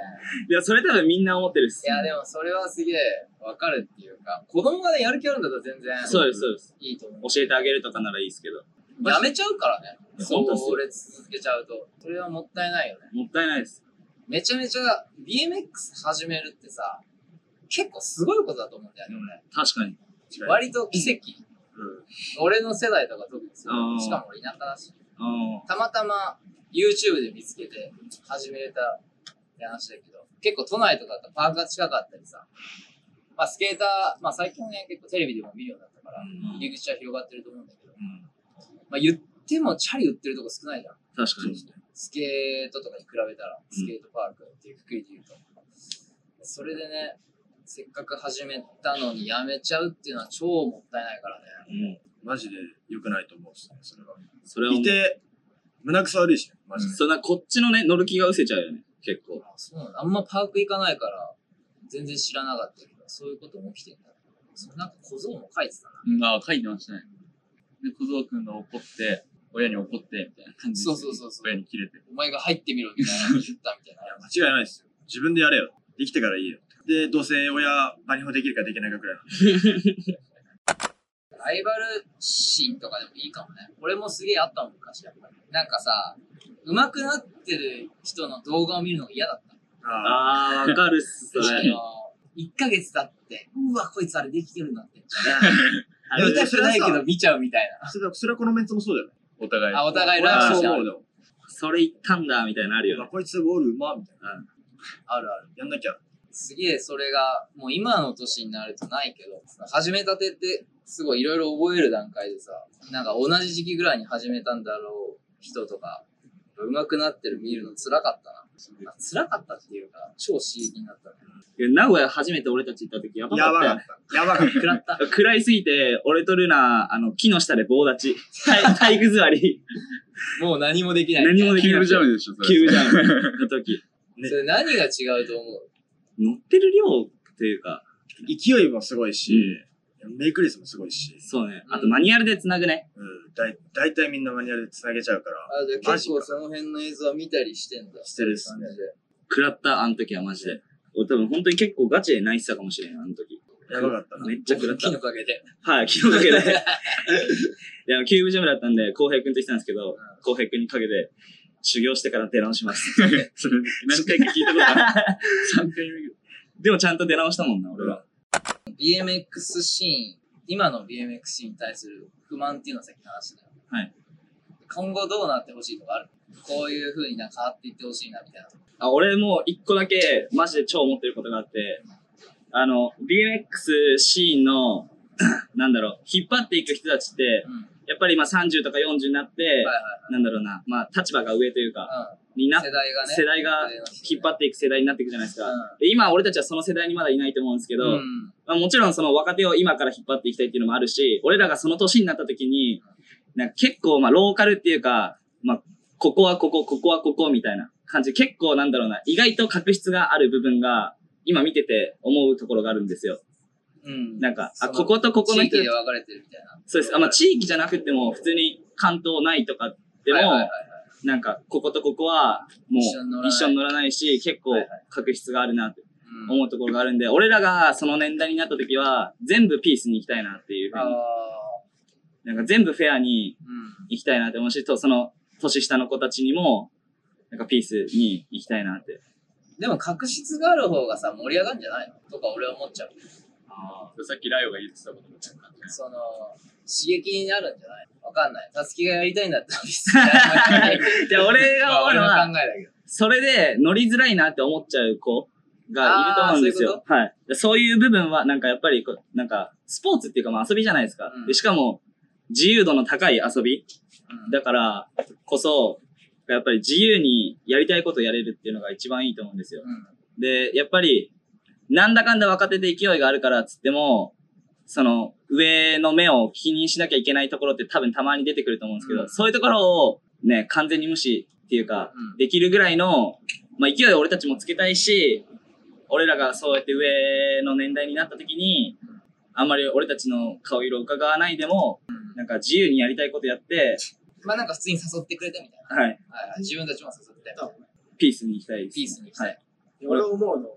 [SPEAKER 4] いや、それ多分みんな思ってるっす
[SPEAKER 2] い。や、でもそれはすげえわかるっていうか、子供がね、やる気あるんだったら全然。
[SPEAKER 4] そうです、そうです。
[SPEAKER 2] いいと思う。
[SPEAKER 4] 教えてあげるとかならいいですけど。
[SPEAKER 2] やめちゃうからね。
[SPEAKER 4] いや
[SPEAKER 2] そ
[SPEAKER 4] 本当ですよ
[SPEAKER 2] う、俺続けちゃうと。それはもったいないよね。
[SPEAKER 4] もったいないです。
[SPEAKER 2] めちゃめちゃ BMX 始めるってさ、結構すごいことだと思うんだよね、
[SPEAKER 4] 確かに。
[SPEAKER 2] 俺。割と奇跡。俺の世代とか特にそう
[SPEAKER 4] あー
[SPEAKER 2] しかも俺田舎だし。
[SPEAKER 4] うん。
[SPEAKER 2] たまたま YouTube で見つけて始めれたって話だけど、結構都内とかだとパークが近かったりさ、まあスケーター、まあ最近はね、結構テレビでも見るようになったから、入り口は広がってると思うんだけど、まあ言ってもチャリ売ってるとこ少ないじゃん。
[SPEAKER 4] 確かに。
[SPEAKER 2] スケートとかに比べたら、スケートパークっていうくくりで言うと。それでね、せっかく始めたのにやめちゃうっていうのは超もったいないからね。
[SPEAKER 6] マジで良くないと思うっすね、それは。
[SPEAKER 4] それはも、
[SPEAKER 6] いうて、胸くそ悪いしね、マジで。
[SPEAKER 4] そんなこっちのね、乗る気が失せちゃうよね。結構。
[SPEAKER 2] あそうなんだあんまパーク行かないから、全然知らなかったけど、そういうことも起きてんだ。そうなんか小僧も書いてたな。
[SPEAKER 1] うん、ああ、書いてましたね。で、小僧くんが怒って、親に怒って、みたいな感じで。
[SPEAKER 2] そうそうそうそう
[SPEAKER 1] 親に切れて。
[SPEAKER 2] お前が入ってみろみたいなの言ったみたいな。
[SPEAKER 6] 間違いないですよ。自分でやれよ。できてからいいよ。で、どうせ親、バニホできるかできないかくらいなんで。
[SPEAKER 2] ライバル心とかでもいいかもね。俺もすげえあったもん、昔やっぱり。なんかさ、上手くなってる人の動画を見るのが嫌だった。
[SPEAKER 6] ああ、
[SPEAKER 4] あー、わかる っす、そ
[SPEAKER 2] あ
[SPEAKER 4] れ。
[SPEAKER 2] の1ヶ月経って、うわ、こいつあれできてる なって。
[SPEAKER 4] あ
[SPEAKER 6] いや
[SPEAKER 4] れ
[SPEAKER 2] 見たくないけど見ちゃうみたい
[SPEAKER 6] それはそれはこのメンツもそうだよね。
[SPEAKER 1] お互い。
[SPEAKER 2] な。あ、お互い
[SPEAKER 6] 俺は
[SPEAKER 2] ラ
[SPEAKER 6] そ
[SPEAKER 2] ブ
[SPEAKER 6] う
[SPEAKER 2] しあ
[SPEAKER 6] 思う
[SPEAKER 2] る。
[SPEAKER 6] でも。
[SPEAKER 4] それ言ったんだ、みたいなのあるよ
[SPEAKER 6] あ
[SPEAKER 4] ね。
[SPEAKER 6] こいつゴールうまみたいな。
[SPEAKER 2] あるある。
[SPEAKER 6] やんなきゃ。
[SPEAKER 2] すげえそれが、もう今の年になるとないけど、始めたてってすごいいろいろ覚える段階でさ、なんか同じ時期ぐらいに始めたんだろう人とか、上手くなってる見るの辛かったな。辛かったっていうか、超刺激になったね。
[SPEAKER 4] いや名古屋初めて俺たち行った時やばか
[SPEAKER 6] や
[SPEAKER 4] っ
[SPEAKER 6] ば
[SPEAKER 4] た
[SPEAKER 6] か
[SPEAKER 4] よ
[SPEAKER 6] っ
[SPEAKER 4] ね。
[SPEAKER 6] た。やばかった。
[SPEAKER 2] 食らった。
[SPEAKER 4] 食らいすぎて、俺とルナ、あの、木の下で棒立ち。体 体育座り。
[SPEAKER 2] もう何もできない。
[SPEAKER 4] 何もで
[SPEAKER 1] キ
[SPEAKER 4] き
[SPEAKER 1] ュー
[SPEAKER 4] な
[SPEAKER 1] ブ
[SPEAKER 4] い。
[SPEAKER 1] ジャムでしょ、それ。
[SPEAKER 4] 急じゃん。 の時。
[SPEAKER 2] それ何が違うと思う
[SPEAKER 4] 乗ってる量というか、
[SPEAKER 6] 勢いもすごいし、メイクレスもすごいし、
[SPEAKER 4] そうね。
[SPEAKER 2] うん
[SPEAKER 4] あとマニュアルで繋ぐね。
[SPEAKER 6] うん、だい大体みんなマニュアルで繋げちゃうから、
[SPEAKER 2] あ、じゃあ
[SPEAKER 6] マ
[SPEAKER 2] 結
[SPEAKER 6] ジか
[SPEAKER 2] 構その辺の映像は見たりしてんだ。
[SPEAKER 6] してるっす
[SPEAKER 2] 感
[SPEAKER 6] ね。
[SPEAKER 2] じで。
[SPEAKER 4] 食らった、あの時はマジで。俺多分本当に結構ガチで泣いてたかもしれん、あの時。
[SPEAKER 6] やばかったな。
[SPEAKER 4] めっちゃ食らっ
[SPEAKER 2] 木
[SPEAKER 4] た。
[SPEAKER 2] の陰で。
[SPEAKER 4] はい、昨日かけて。いや、キューブジャムだったんで、浩平くんと行ってたんですけど、浩平くんにかけて、修行してから出直します。
[SPEAKER 1] それ、何回か聞いたことある。3回目ぐらい。
[SPEAKER 4] でもちゃんと出直したもんな、俺は。
[SPEAKER 2] BMX シーン、今の BMX シーンに対する不満っていうのはさっきの話だよ。
[SPEAKER 4] はい。
[SPEAKER 2] 今後どうなってほしいとかあるこういう風になんか変わっていってほしいなみたいな。
[SPEAKER 4] あ、俺もう一個だけ、マジで超思ってることがあって、あの、BMX シーンの、 なんだろう、引っ張っていく人たちって、
[SPEAKER 2] うん。はい
[SPEAKER 4] やっぱりまあ30とか40になって、
[SPEAKER 2] はい
[SPEAKER 4] なんだろうな、まあ立場が上というか、
[SPEAKER 2] はい。
[SPEAKER 4] に
[SPEAKER 2] う、
[SPEAKER 4] なん
[SPEAKER 2] 世代がね。
[SPEAKER 4] 世代が引っ張っていく世代になっていくじゃないですか。
[SPEAKER 2] うん
[SPEAKER 4] で今、俺たちはその世代にまだいないと思うんですけど、
[SPEAKER 2] うん。
[SPEAKER 4] まあ、もちろんその若手を今から引っ張っていきたいっていうのもあるし、俺らがその年になった時に、なんか結構まあローカルっていうか、まあここはここ、ここはここみたいな感じで結構なんだろうな、意外と確執がある部分が今見てて思うところがあるんですよ。
[SPEAKER 2] うん。
[SPEAKER 4] なんか、あ、
[SPEAKER 2] その
[SPEAKER 4] こことここの
[SPEAKER 2] 地域
[SPEAKER 4] 人
[SPEAKER 2] で、分かれてるみたいな。
[SPEAKER 4] そうです。あまあ地域じゃなくても普通に関東ないとかでも、
[SPEAKER 2] はいはいはい
[SPEAKER 4] なんか、こことここは、も
[SPEAKER 2] 一緒に乗ら
[SPEAKER 4] う、
[SPEAKER 2] ない
[SPEAKER 4] 一緒に乗らないし、結構、確執があるなって
[SPEAKER 2] うん
[SPEAKER 4] 思うところがあるんで、俺らがその年代になった時は、全部ピースに行きたいなっていうふう
[SPEAKER 2] ああ、
[SPEAKER 4] に、なんか全部フェアに
[SPEAKER 2] うん。
[SPEAKER 4] 行きたいなって思うし、とその、年下の子たちにも、なんかピースに行きたいなって。
[SPEAKER 2] でも確執がある方がさ、盛り上がるんじゃないのとか俺は思っちゃう。
[SPEAKER 1] あーさっきライオが言ってたことみたいな感じ。
[SPEAKER 2] その、刺激になるんじゃないわかんない。たつきがやりたいんだったら別にやりたい。
[SPEAKER 4] いや、俺
[SPEAKER 2] ま
[SPEAKER 4] が
[SPEAKER 2] あ
[SPEAKER 4] 思う
[SPEAKER 2] 俺
[SPEAKER 4] の
[SPEAKER 2] の 考
[SPEAKER 4] は、
[SPEAKER 2] えだけど。
[SPEAKER 4] それで乗りづらいなって思っちゃう子がいると思うんです
[SPEAKER 2] あーそういう
[SPEAKER 4] よ。はい。そういう部分は、なんかやっぱりこう、なんか、スポーツっていうかまあ遊びじゃないですか。
[SPEAKER 2] うん
[SPEAKER 4] でしかも、自由度の高い遊び
[SPEAKER 2] うん
[SPEAKER 4] だからこそ、やっぱり自由にやりたいことやれるっていうのが一番いいと思うんですよ。で、やっぱり、なんだかんだ若手で勢いがあるからっつっても、その、上の目を気にしなきゃいけないところって多分たまに出てくると思うんですけど、
[SPEAKER 2] うん
[SPEAKER 4] そういうところをね、完全に無視っていうか、
[SPEAKER 2] うん
[SPEAKER 4] できるぐらいの、まあ、勢いを俺たちもつけたいし、俺らがそうやって上の年代になった時に、あんまり俺たちの顔色を伺わないでも、なんか自由にやりたいことやって、
[SPEAKER 2] まあなんか普通に誘ってくれたみたい
[SPEAKER 4] はい、
[SPEAKER 2] な。はいはい、自分たちも誘って。
[SPEAKER 4] ピースに行きたいです、
[SPEAKER 2] ピースに行きたい
[SPEAKER 4] はい。
[SPEAKER 10] 俺思うの、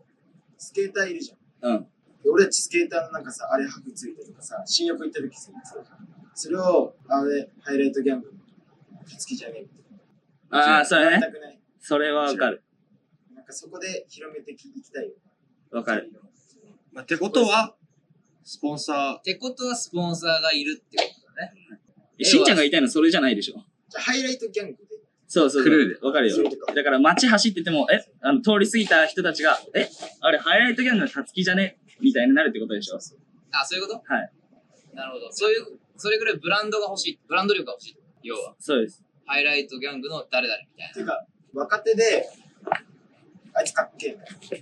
[SPEAKER 10] スケーターいるじゃん。
[SPEAKER 4] うん。
[SPEAKER 10] で俺たちスケーターのなんかさ、あれハグついてとかさ、新横行った時ついてさ、それを、あれ、ハイライトギャンブル、たつきじゃねえみたいな。
[SPEAKER 4] ああ、それね。
[SPEAKER 10] 全くない。
[SPEAKER 4] それはわかる。
[SPEAKER 10] なんかそこで広めていきたいよ。
[SPEAKER 4] わかる。
[SPEAKER 5] まあ、ってことは、スポンサ
[SPEAKER 2] ってことはスポンサーがいるってことだね。
[SPEAKER 4] えしんちゃんが言いたいのそれじゃないでしょ。
[SPEAKER 10] じゃあハイライトギャングで。
[SPEAKER 4] そうそうそう。
[SPEAKER 1] クルー
[SPEAKER 4] わかるよ
[SPEAKER 10] そういうこ。と
[SPEAKER 4] だから街走ってても、え、あの、通り過ぎた人たちが、え、あれ、ハイライトギャングのたつきじゃねみたいになるってことでしょ。
[SPEAKER 2] あ、そういうこと
[SPEAKER 4] はい。
[SPEAKER 2] なるほど。そういう、それぐらいブランドが欲しい。ブランド力が欲しい。要は、
[SPEAKER 4] そうです。
[SPEAKER 2] ハイライトギャングの誰々みたい
[SPEAKER 10] ていうか、若手で、あいつかっけえな。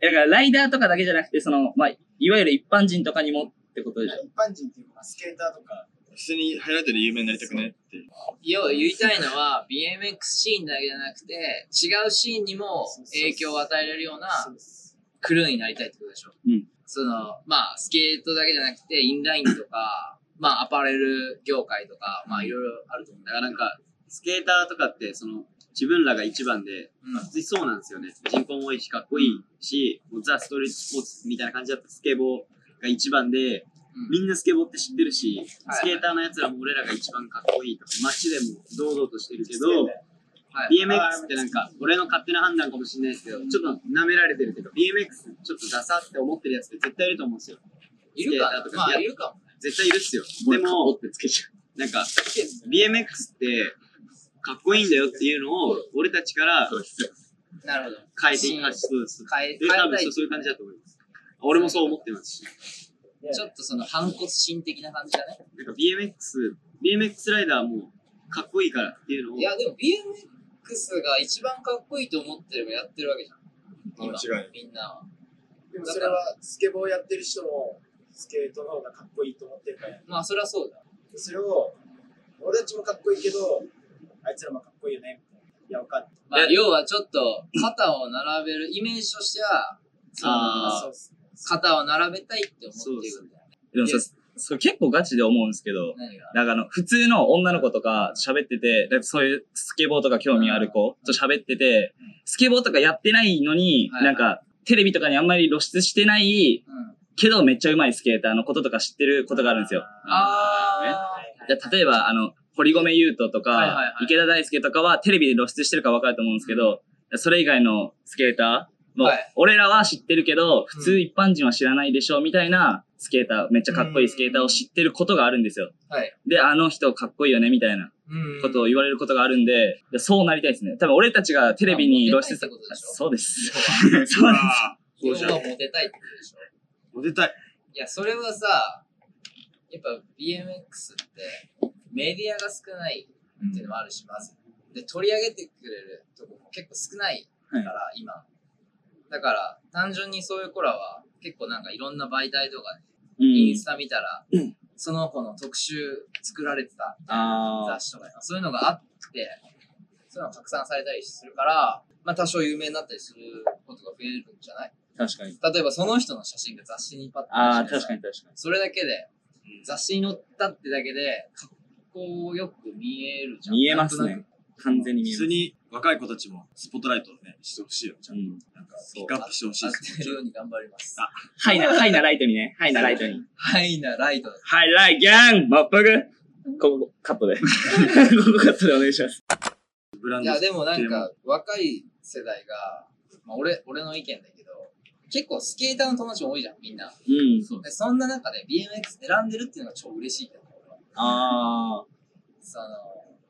[SPEAKER 4] だから、ライダーとかだけじゃなくて、その、まあ、いわゆる一般人とかにもってことでしょ。
[SPEAKER 10] 一般人っていうか、スケーターとか、
[SPEAKER 5] ー、普通にハイライトで有名になりたくねって。
[SPEAKER 2] な。要は言いたいのは、BMX シーンだけじゃなくて、違うシーンにも影響を与えれるような
[SPEAKER 10] そうです
[SPEAKER 2] クルーになりたいってことでしょ。
[SPEAKER 4] うん。
[SPEAKER 2] その、まあ、スケートだけじゃなくて、インラインと か、まあ、アパレル業界とか、まあ、いろいろあると思うんだか、
[SPEAKER 7] だからら
[SPEAKER 2] な
[SPEAKER 7] なんん
[SPEAKER 2] か、
[SPEAKER 7] か、スケーターとかって、その、自分らが一番で、
[SPEAKER 2] うん
[SPEAKER 7] 普通にそうなんですよね。人口も多いし、かっこいいし、もうザ・ストリートスポーツみたいな感じだったスケボーが一番で、
[SPEAKER 2] うん
[SPEAKER 7] みんなスケボーって知ってるし、
[SPEAKER 2] はい
[SPEAKER 7] スケーターのやつらも俺らが一番かっこいいとか、街でも堂々としてるけど、
[SPEAKER 2] はい。
[SPEAKER 7] BMX ってなんか、俺の勝手な判断かもしれないですけど、ちょっと舐められてるけど、BMX ちょっとダサって思ってるやつって絶対いると思うんですよ。
[SPEAKER 2] いるか
[SPEAKER 7] スケーターとか
[SPEAKER 2] ま
[SPEAKER 7] い
[SPEAKER 2] あ、
[SPEAKER 7] や
[SPEAKER 2] いるかも。
[SPEAKER 7] 絶対いるっすよ。でも、なんか、BMX って、かっこいいんだよっていうのを、俺たちから
[SPEAKER 2] なるほど。
[SPEAKER 7] 変えていくそうです。
[SPEAKER 2] 変え、
[SPEAKER 7] で、
[SPEAKER 2] 変え
[SPEAKER 7] 多分
[SPEAKER 2] たい
[SPEAKER 7] そうそういう感じだと思います。俺もそう思ってますし。
[SPEAKER 2] ちょっとその反骨心的な感じだね。
[SPEAKER 7] なんか BMX、BMX ライダーも、かっこいいからっていうのを
[SPEAKER 2] い、や、でも BMX が一番かっこいいと思ってればやってるわけじゃん。今
[SPEAKER 5] 間違いない
[SPEAKER 2] みんなは。
[SPEAKER 10] でもそれは、スケボーやってる人も、スケートの方がかっこいいと思ってるから、
[SPEAKER 2] まあ、それはそうだ。
[SPEAKER 10] それを、俺たちもかっこいいけど、あいつらもかっこいいよね、みたいな。いや、わかんない。
[SPEAKER 2] まあ、要はちょっと肩を並べるイメージとしては、そ
[SPEAKER 7] あ
[SPEAKER 2] の
[SPEAKER 7] ー
[SPEAKER 10] そうっす
[SPEAKER 2] 肩を並べたいって思っているんだよね。
[SPEAKER 4] でもさ、それ結構ガチで思うんですけど、
[SPEAKER 2] 何が
[SPEAKER 4] なんかあの、普通の女の子とか喋ってて、なんかそういうスケボーとか興味ある子と喋ってて、スケボーとかやってないのに、
[SPEAKER 2] はい
[SPEAKER 4] なんか、テレビとかにあんまり露出してない、
[SPEAKER 2] うん。
[SPEAKER 4] けどめっちゃ上手いスケーターのこととか知ってることがあるんですよ。
[SPEAKER 2] あ
[SPEAKER 4] じゃあ例えば、あの、堀米雄斗とか、
[SPEAKER 2] はいはいはい
[SPEAKER 4] 池田大輔とかはテレビで露出してるか分かると思うんですけど、それ以外のスケーターも、
[SPEAKER 2] はい
[SPEAKER 4] 俺らは知ってるけど、普通一般人は知らないでしょ、みたいなスケーター、めっちゃかっこいいスケーターを知ってることがあるんですよ。
[SPEAKER 2] ー。はい。
[SPEAKER 4] で、あの人かっこいいよね、みたいな
[SPEAKER 2] うん
[SPEAKER 4] ことを言われることがあるんで、でそうなりたいですね。多分俺たちがテレビに露出
[SPEAKER 2] あモテたいってことでしょ
[SPEAKER 4] そうです。
[SPEAKER 5] う
[SPEAKER 4] そう
[SPEAKER 5] わ
[SPEAKER 4] です。
[SPEAKER 2] 要はモテたいってことでしょ。
[SPEAKER 5] モテたい。
[SPEAKER 2] いや、それはさ、やっぱ BMX ってメディアが少ないっていうのもあるし、まず。で、取り上げてくれるとこも結構少ないから、今。だから、単純にそういう子らは結構なんかいろんな媒体とかで、インスタ見たら、その子の特集作られてた
[SPEAKER 4] あ
[SPEAKER 2] 雑誌とか、そういうのがあって、そういうのが拡散されたりするから、まあ多少有名になったりすることが増えるんじゃない
[SPEAKER 4] あ、確かに。
[SPEAKER 2] 例えばその人の写真が雑誌にパッと
[SPEAKER 4] ああ、
[SPEAKER 2] 載せて
[SPEAKER 4] 確かに確かに。
[SPEAKER 2] それだけで、雑誌に載ったってだけで、かこうよく見えるじゃん。
[SPEAKER 4] 見えますね。完全に見え
[SPEAKER 6] 普
[SPEAKER 4] ます
[SPEAKER 6] 通。に若い子たちもスポットライトをね、してほしいよ。ちゃんと、
[SPEAKER 4] うん
[SPEAKER 6] なんか、ピックアップしてほしい
[SPEAKER 2] 当
[SPEAKER 6] です
[SPEAKER 2] てるように頑張ります。
[SPEAKER 4] はいな、はいなライトにね。はいなライトに。
[SPEAKER 2] はいな、ライト。
[SPEAKER 4] はいライギャンマッパグここ、カット で。ここカットでお願いします。
[SPEAKER 6] ブラン
[SPEAKER 2] い
[SPEAKER 6] ド
[SPEAKER 2] や、でもなんか、若い世代が、まあ、俺、俺の意見だけど、結構スケーターの友達も多いじゃん、みんな。
[SPEAKER 4] うん。
[SPEAKER 2] でそんな中で BMX 選んでるっていうのが超嬉しいけど、俺は
[SPEAKER 4] あ
[SPEAKER 2] その、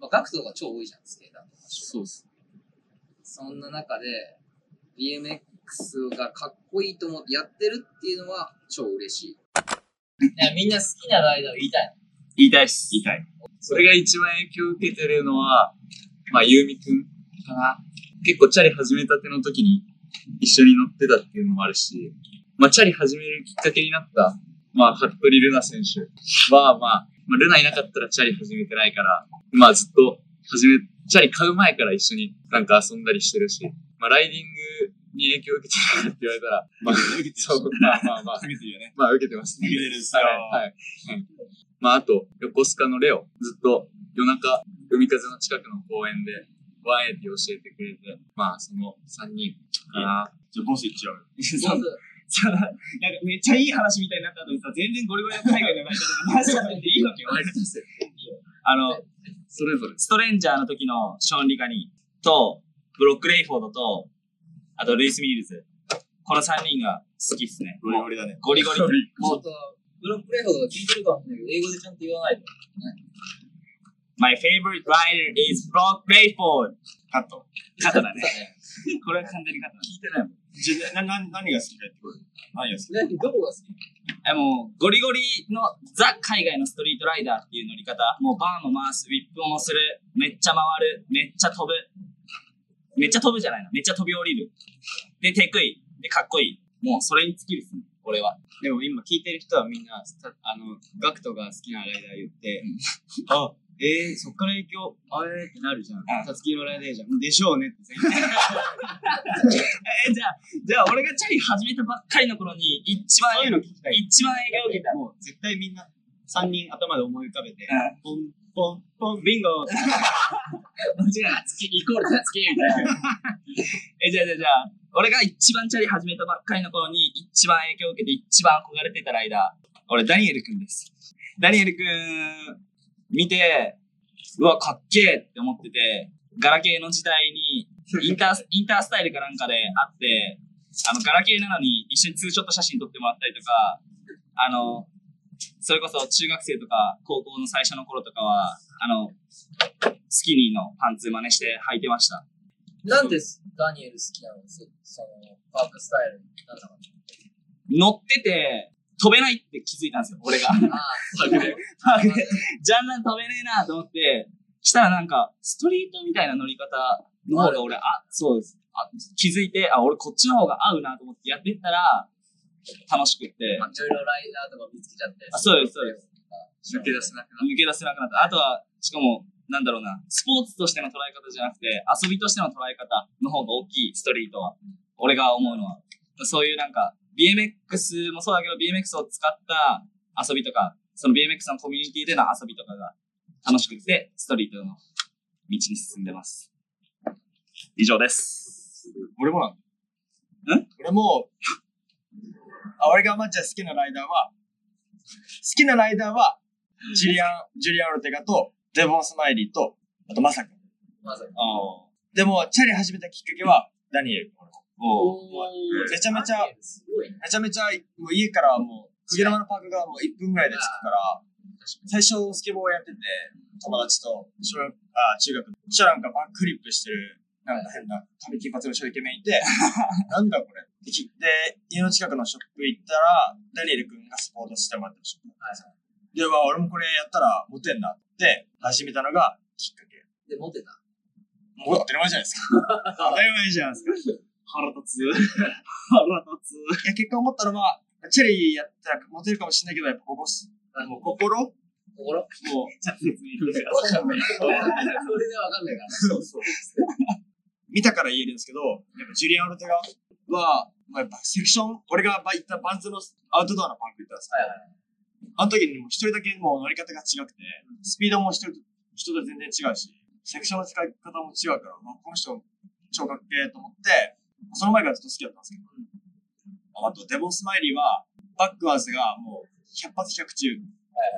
[SPEAKER 2] まあ、ガクトが超多いじゃん、スケーターの友達。
[SPEAKER 1] そうっす。
[SPEAKER 2] そんな中で、BMX がかっこいいと思ってやってるっていうのは超嬉しい。いやみんな好きなライダーを言いたい。
[SPEAKER 1] 言いたいっす。言いたい。それが一番影響を受けてるのは、まあ、ゆうみくんかな。結構チャリ始めたての時に一緒に乗ってたっていうのもあるし、まあ、チャリ始めるきっかけになった、まあ、服部ルナ選手は、まあ、まあ、ルナいなかったらチャリ始めてないから、まあ、ずっと始め、チャリ買う前から一緒になんか遊んだりしてるし、まあ、ライディングに影響を受けてるかって言われたら、まあ、 そう、まあまあまあ、まあ、受けてますね。受けてるっすはい。はいうんまあ、あと、横須賀のレオ、ずっと夜中、海風の近くの公園で、ワンエイティ教えてくれて、まあ、その3人かな。
[SPEAKER 6] じゃあボス行っちゃう。
[SPEAKER 2] そうそう
[SPEAKER 3] さ なんかめっちゃいい話みたいになった後にさ、全然ゴリゴリの海外のライダーの話じゃないでいい わけよ。
[SPEAKER 4] あの、
[SPEAKER 1] それぞれ。
[SPEAKER 4] ストレンジャーの時のショーン・リカニーと、ブロック・レイフォードと、あとルイス・ミールズ。この3人が好きっすね。
[SPEAKER 6] ゴリゴリだね。
[SPEAKER 4] ゴリゴリ。
[SPEAKER 2] ちょっと、ブロックレイほど聞いてるかもしれないけど、英語でちゃんと言わないと。
[SPEAKER 4] My favorite rider is Brock Rayford.
[SPEAKER 6] カット。
[SPEAKER 4] 肩だね。これは完全に肩だ。聞いてないもん。
[SPEAKER 6] じゃあ、な、な、何が好きかってこと何が好き
[SPEAKER 2] ねどこが好き
[SPEAKER 4] え、もう、ゴリゴリのザ海外のストリートライダーっていう乗り方。もうバーも回す、ウィップもする。めっちゃ回る。めっちゃ飛ぶ。めっちゃ飛ぶじゃないの。めっちゃ飛び降りる。で、テクイ。で、かっこいい。もう、それに尽きるっすね。俺は。
[SPEAKER 7] でも今聞いてる人はみんな、さあの、ガクトが好きなライダー言って、 あ、えー、そっから影響、あれってなるじゃん
[SPEAKER 4] う。ん
[SPEAKER 7] さつきのライダーじゃん。でしょうねって全然。
[SPEAKER 4] え、じゃあ、じゃあ俺がチャリ始めたばっかりの頃に、一番、
[SPEAKER 7] そういうの聞きたい。
[SPEAKER 4] 一番影響を受けた。
[SPEAKER 7] もう絶対みんな、3人頭で思い浮かべて
[SPEAKER 4] う、
[SPEAKER 7] ポン、ポン、ポン、ビンゴ
[SPEAKER 4] 間違いない。月、イコール月みたいな。え、じゃあじゃあじゃあ、俺が一番チャリ始めたばっかりの頃に、一番影響を受けて、一番憧れてたライダー。俺、ダニエルくんです。ダニエルくん、見て、うわ、かっけえって思ってて、ガラケーの時代に、インター、インタースタイルかなんかで会って、あの、ガラケーなのに一緒にツーショット写真撮ってもらったりとか、あの、それこそ中学生とか高校の最初の頃とかは、あの、スキニーのパンツ真似して履いてました。
[SPEAKER 2] なんでダニエル好きなのそその、パークスタイルになんなかっ
[SPEAKER 4] 乗ってて、飛べないって気づいたんですよ、俺が。
[SPEAKER 2] たあ
[SPEAKER 1] パグで。
[SPEAKER 4] パークでジャンナン飛べねえなと思って、したらなんか、ストリートみたいな乗り方の方が俺、あ、そうです。あ気づいて、あ、俺こっちの方が合うなと思ってやってったら、楽しくって。
[SPEAKER 2] あ、いろいろライダーとか見つけちゃって。。
[SPEAKER 4] あそうですそうです
[SPEAKER 1] 抜け出せなくな
[SPEAKER 4] 抜け出せなくなった。あとは、しかも、なんだろうな、スポーツとしての捉え方じゃなくて、遊びとしての捉え方の方が大きい、ストリートは。俺が思うのは。そういうなんか、BMX もそうだけど、BMX を使った遊びとか、その BMX のコミュニティでの遊びとかが楽しくて、ストリートの道に進んでます。以上です。
[SPEAKER 6] 俺もなん
[SPEAKER 4] だ
[SPEAKER 6] ん俺も、あ、俺がまあじゃあ好きなライダーは、好きなライダーは、ジュリアン、ジュリアン・オルテガと、デボン・スマイリーと、あとマサ君。
[SPEAKER 2] まず、
[SPEAKER 4] ああ。
[SPEAKER 6] でも、チャリ始めたきっかけは、ダニエル。俺も
[SPEAKER 4] おう
[SPEAKER 6] めちゃめちゃ
[SPEAKER 2] ダニエルすごいね。
[SPEAKER 6] めちゃめちゃ、もう家からはもう、藤山のパークがもう1分ぐらいで着くから、最初スケボーやってて、友達と小学、あ、中学の、そしたらなんかバックフリップしてる、なんか変な、髪金髪の小イケメンい て、なんだこれって聞いて、家の近くのショップ行ったら、ダニエル君がスポートしてもらってました。で、わ、俺もこれやったらモテんなって、始めたのがきっかけ。
[SPEAKER 2] で、モテた。
[SPEAKER 6] もう当たり前じゃないです か。当たり前じゃないですか。
[SPEAKER 4] 腹立つ。腹立つ。
[SPEAKER 6] いや、結果思ったのは、チェリーやったらモテるかもしれないけど、やっぱここっす。あの、心 もう、
[SPEAKER 2] 心わかんない。それでわかんないから。
[SPEAKER 6] 見たから言えるんですけど、やっぱジュリアン・オルテガは、まあ、やっぱセクション、俺が行ったバンズのアウトドアのパンク行ったんですけど、あの時にもう一人だけもう乗り方が違くて、スピードも一人と人と全然違うし、セクションの使い方も違うから、うわこの人超かっけえと思って、その前からずっと好きだったんですけど、あとデモンスマイリーは、バックワーズがもう100発100中、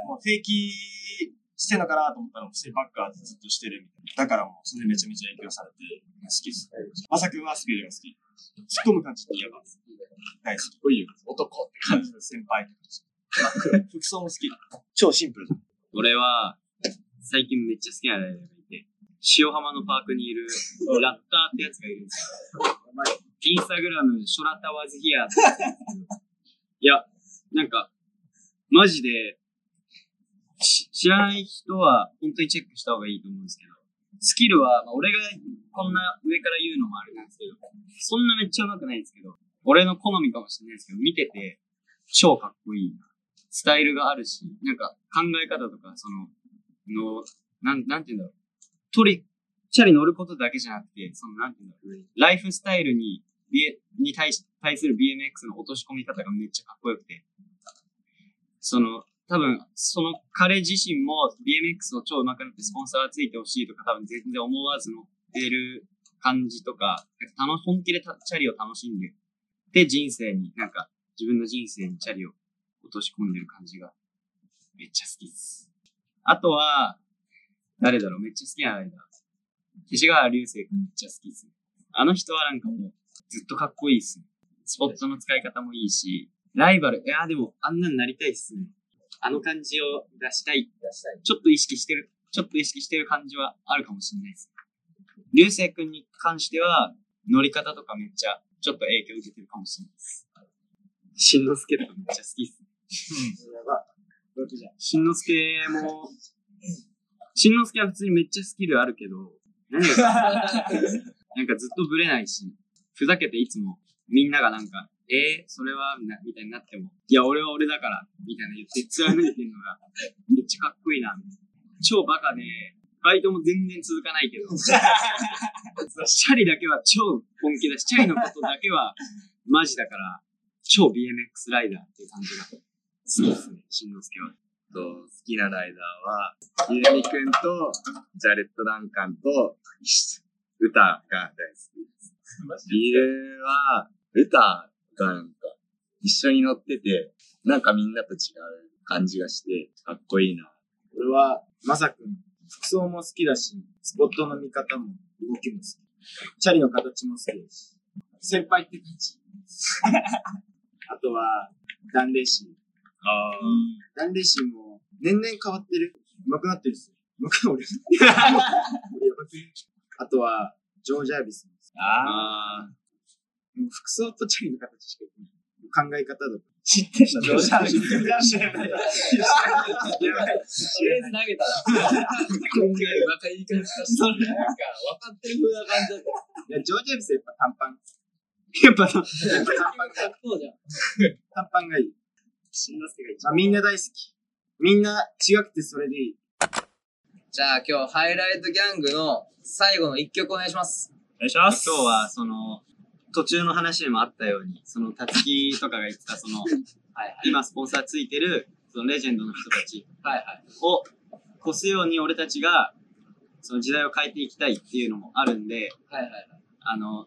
[SPEAKER 6] もうフェイキしてんのかなと思ったら、普通にバックワーズずっとしてるみたいな。だからもうそれでめちゃめちゃ影響されて、好きです。まさくんはスピードが好き。突っ込む感じって言えば、大好き。こういう男って感じの先輩って感じ。服装も好き。超シンプル。
[SPEAKER 4] 俺は、最近めっちゃ好きなライダーがいて、塩浜のパークにいる、ラッターってやつがいるんですよ。インスタグラム、ショラタワーズヒアってやつなんですけどいや、なんか、マジで、し知らない人は本当にチェックした方がいいと思うんですけど、スキルは、まあ、俺がこんな上から言うのもあれなんですけど、そんなめっちゃ上手くないんですけど、俺の好みかもしれないですけど、見てて、超かっこいいな。スタイルがあるし、なんか考え方とか、その、の、なん、なんて言うんだろう。トリ、チャリ乗ることだけじゃなくて、その、なんて言うんだろう。ライフスタイルに、B、に対し、対する BMX の落とし込み方がめっちゃかっこよくて。その、多分、その彼自身も BMX を超上手くなってスポンサーがついてほしいとか多分全然思わず乗ってる感じとか、なんか楽本気でたチャリを楽しんで、で人生に、なんか自分の人生にチャリを落とし込んでる感じがめっちゃ好きです。あとは、誰だろうめっちゃ好きな誰だ勅使川流星君めっちゃ好きですね。あの人はなんかもう、ずっとかっこいいですね。スポットの使い方もいいし、ライバル、いやーでも、あんなになりたいっすね。あの感じを出したい。出したい。ちょっと意識してる、ちょっと意識してる感じはあるかもしれないです。流星君に関しては、乗り方とかめっちゃ、ちょっと影響受けてるかもしれないです。しんのすけとかめっちゃ好きっすね。しんのすけも、しんのすけは普通にめっちゃスキルあるけど、何がなんかずっとブレないし、ふざけていつもみんながなんか、えー、それはなみたいになっても、いや、俺は俺だから、みたいな言って貫いてるのが、めっちゃかっこいいな。超バカで、バイトも全然続かないけど、チャリだけは超本気だし、チャリのことだけはマジだから、超 BMX ライダーっていう感じが、好きですね、しんのすけは。
[SPEAKER 12] と、好きなライダーは、ゆうみくんと、ジャレット・ダンカンと、歌が大好きです。理由は、歌がなんか、一緒に乗ってて、なんかみんなと違う感じがして、かっこいいな。
[SPEAKER 7] 俺は、まさくん、服装も好きだし、スポットの見方も動きも好き。チャリの形も好きだし、先輩って感じ。あとは、ダンレーシー。
[SPEAKER 12] あ
[SPEAKER 7] ダンレーシーも年々変わってる。上手くなってるっすよ。上手くな俺。俺やばくねあとは、ジョージ・アービス。
[SPEAKER 12] あー。
[SPEAKER 7] もう服装とチャリの形しか言ってない。考え方とか。
[SPEAKER 13] 知ってんの
[SPEAKER 7] ジョージ・アービス。
[SPEAKER 13] とりあえず投げたら。またいい感じだ し。それなんか、分かってる風な感じだっ
[SPEAKER 7] いや、ジョージ・アービスやっぱ短パン。
[SPEAKER 12] やっぱな、
[SPEAKER 7] やっぱ短パンが
[SPEAKER 13] た。格好じゃん。
[SPEAKER 7] 短パンがいい。しんのすけが一番。みんな大好き。みんな違くてそれでいい。
[SPEAKER 2] じゃあ今日ハイライトギャングの最後の一曲お願いします。
[SPEAKER 13] お願いしま
[SPEAKER 4] 今日はその途中の話にもあったようにそのたつきとかが言ってたその
[SPEAKER 2] はいはい。
[SPEAKER 4] 今スポンサーついてるそのレジェンドの人たち
[SPEAKER 2] はいはい。
[SPEAKER 4] を越すように俺たちがその時代を変えていきたいっていうのもあるんで
[SPEAKER 2] はいはいはい。
[SPEAKER 4] あの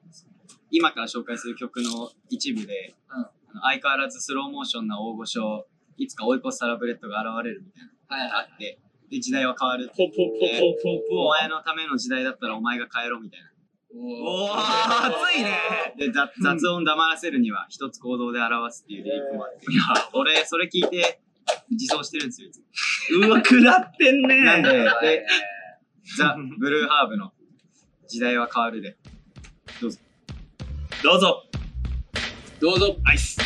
[SPEAKER 4] 今から紹介する曲の一部で、
[SPEAKER 2] うん
[SPEAKER 4] あの相変わらずスローモーションな大御所いつか追い越すサラブレッドが現れるみたいな
[SPEAKER 2] はい
[SPEAKER 4] のが
[SPEAKER 2] は
[SPEAKER 4] あってで時代は変わる
[SPEAKER 14] ポポポポポ
[SPEAKER 4] お前のための時代だったらお前が変えろみたいな。
[SPEAKER 13] おー、熱いね。
[SPEAKER 4] で雑雑音黙らせるには一つ行動で表すっていうリリックもあって、いや俺それ聞いて自走してるんですよいつも
[SPEAKER 13] うわ、くらってんね。
[SPEAKER 4] なんで
[SPEAKER 2] い。
[SPEAKER 4] でザ・ブルーハーブの「時代は変わる」で
[SPEAKER 13] どうぞ。
[SPEAKER 2] どうぞ。
[SPEAKER 13] アイス。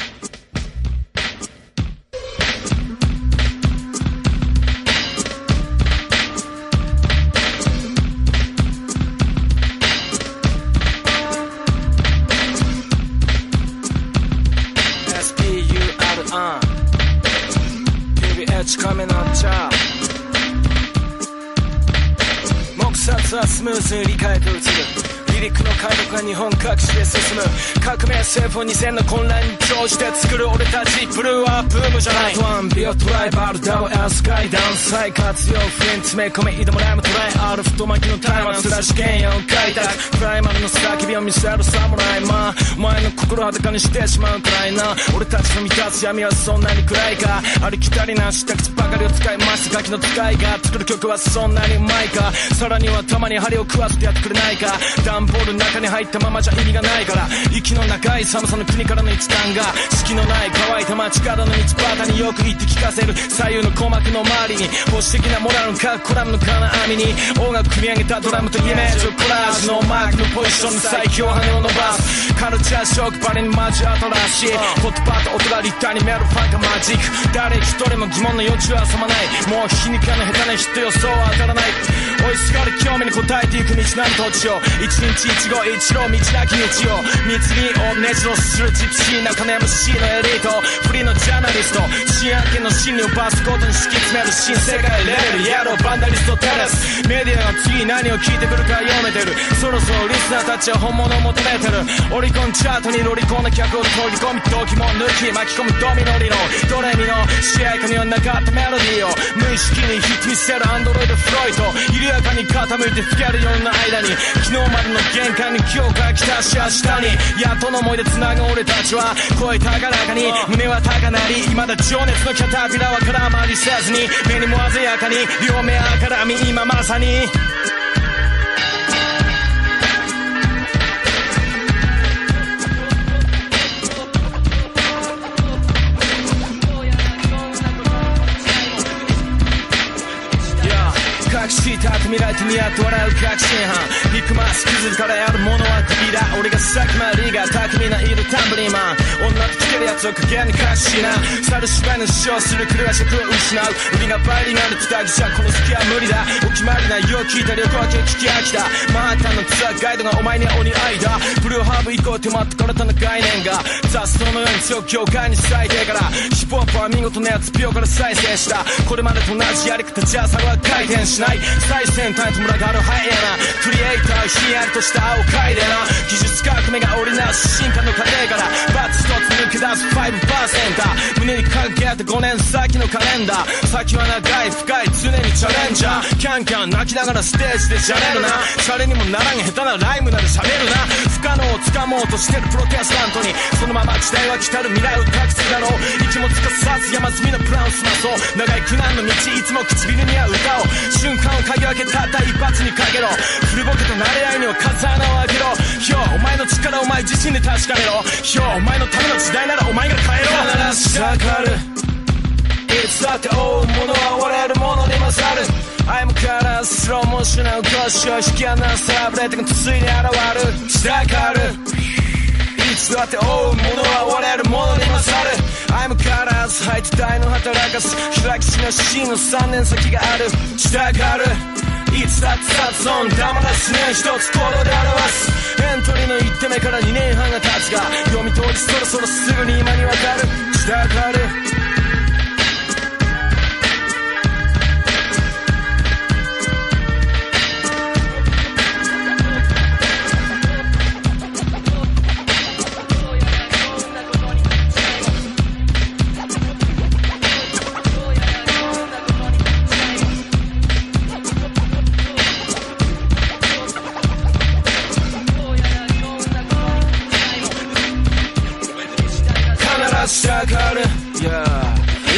[SPEAKER 15] SPUR PBH カメのチャー目殺はスムーズに理解と映る離陸の海賊が日本各地へ進む革命西方2000の混乱に乗じて作る俺たちブルーはブームじゃないワンビオトライバルダウエアスカイダウン再活用フィン詰め込め挑もライムトライアル太巻きのタイマーすらし剣やを開拓プライマルの叫びを見せる侍まあお前の心裸にしてしまうくらいな俺たちの満たす闇はそんなに暗いかありきたりな下口ばかりを使いますガキの使いが作る曲はそんなにうまいかさらにはたまに針を食わせてやってくれないか段ボールの中に入ったままじゃ意味がないから息の長い寒さの国からの一段が隙のない乾いた街からの道端によく言って聞かせる左右の鼓膜の周りに保守的なモラルの各コラムの金網に音楽組み上げたドラムとイメージをコラージュのマークのポジションの最強羽を伸ばすカルチャーショックバレに交わったらしい言葉と音が立体にメロファンかマジック誰一人も疑問の余地はさまないもう皮肉な下手な人予想は当たらない追いすがる興味に応えていく道なる土地を一日一語一路道なき道を密林をねじろするジプシー中の MC のエリートフリーのジャーナリスト新案件の真理をバスコートに敷き詰める新世界レベルイエローバンダリストテレスメディアが次何を聞いてくるか読めてるそろそろリスナーたちは本物を求めてるオリコンチャートにロリコンの客を取り込み動機も抜き巻き込むドミノ理論どれにの試合かにはなかったメロディーを無意識にヒットにせるアンドロイドフロイト緩やかに傾いて吹けるような間に昨日までの限界に今日から来たし明日にやっとの思い出つなぐ俺たちは声高らかに胸は高鳴り未だ情熱のキャタピラは空回りせずに目にも鮮やかに両目あからみ今まさに隠した後未来と似合って笑う確信犯憎ます傷からやるものは首だ俺が佐久間リーガー巧みな色タンブリーマン女と来てるやつを影に隠しな猿芝居の主張する狂いは職を失う売りがバイリンガル伝えじゃこの隙は無理だお決まりなよう聞いた旅行系聞き飽きたマンハッタンのツアーガイドがお前に鬼愛だブルーハーブ以降手間ってからたの概念が雑草のように強く業界に咲いてからヒップホップは見事なやつ秒から再生したこれまでと同じやり方じゃ猿は回転しない最先端へと群がるハイエナクリエイターひんやりとした青かいでな技術革命が織りなす進化の過程からバツ一つ抜け出す5%胸に掲げた5年先のカレンダー先は長い深い常にチャレンジャーキャンキャン泣きながらステージでじゃれるなシャレにもならん下手なライムならしゃべるな不可能をつかもうとしてるプロテスタントにそのまま時代は来たる未来を託すだろう息もつかさず山積みのプランを済まそう長い苦難の道いつも唇には歌を瞬間を嗅ぎ分けたった一発にかけろ古ぼけと慣れ合いには風穴を開けろひょお前の力をお前自身で確かめろひょお前のための時代ならお前が変えろ必ず下がるいつだって追うものは哀れるものに勝る相も変わらずスローモーショナル腰を引き離すラブレーティングついに現る下がるいつだって追うものは哀れるものに勝る相も変わらず排気体の働かす開きしの真の3年先がある下がるいつだって雑音黙らすね一つ行動で表すエントリーの1手目から2年半が経つが読み通りそろそろすぐに今にわかる下がる必ず下がる、yeah、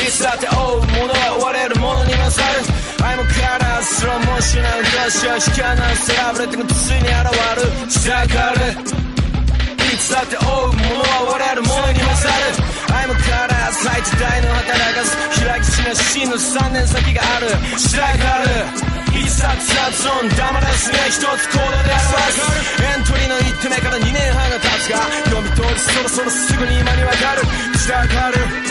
[SPEAKER 15] いつだって追うものは追われるものに勝る相も変わらずスローモーショナルしを引き離すラブレッドがついに現る下がるいつだって追うものは追われるものに勝る相も変わらず最時代の働かす開きしな真の3年先がある下がるいつだって雑音黙らすね一つ行動で表すエントリーの1手目から2年半が経つが読み通りそろそろすぐに今にわかる下がる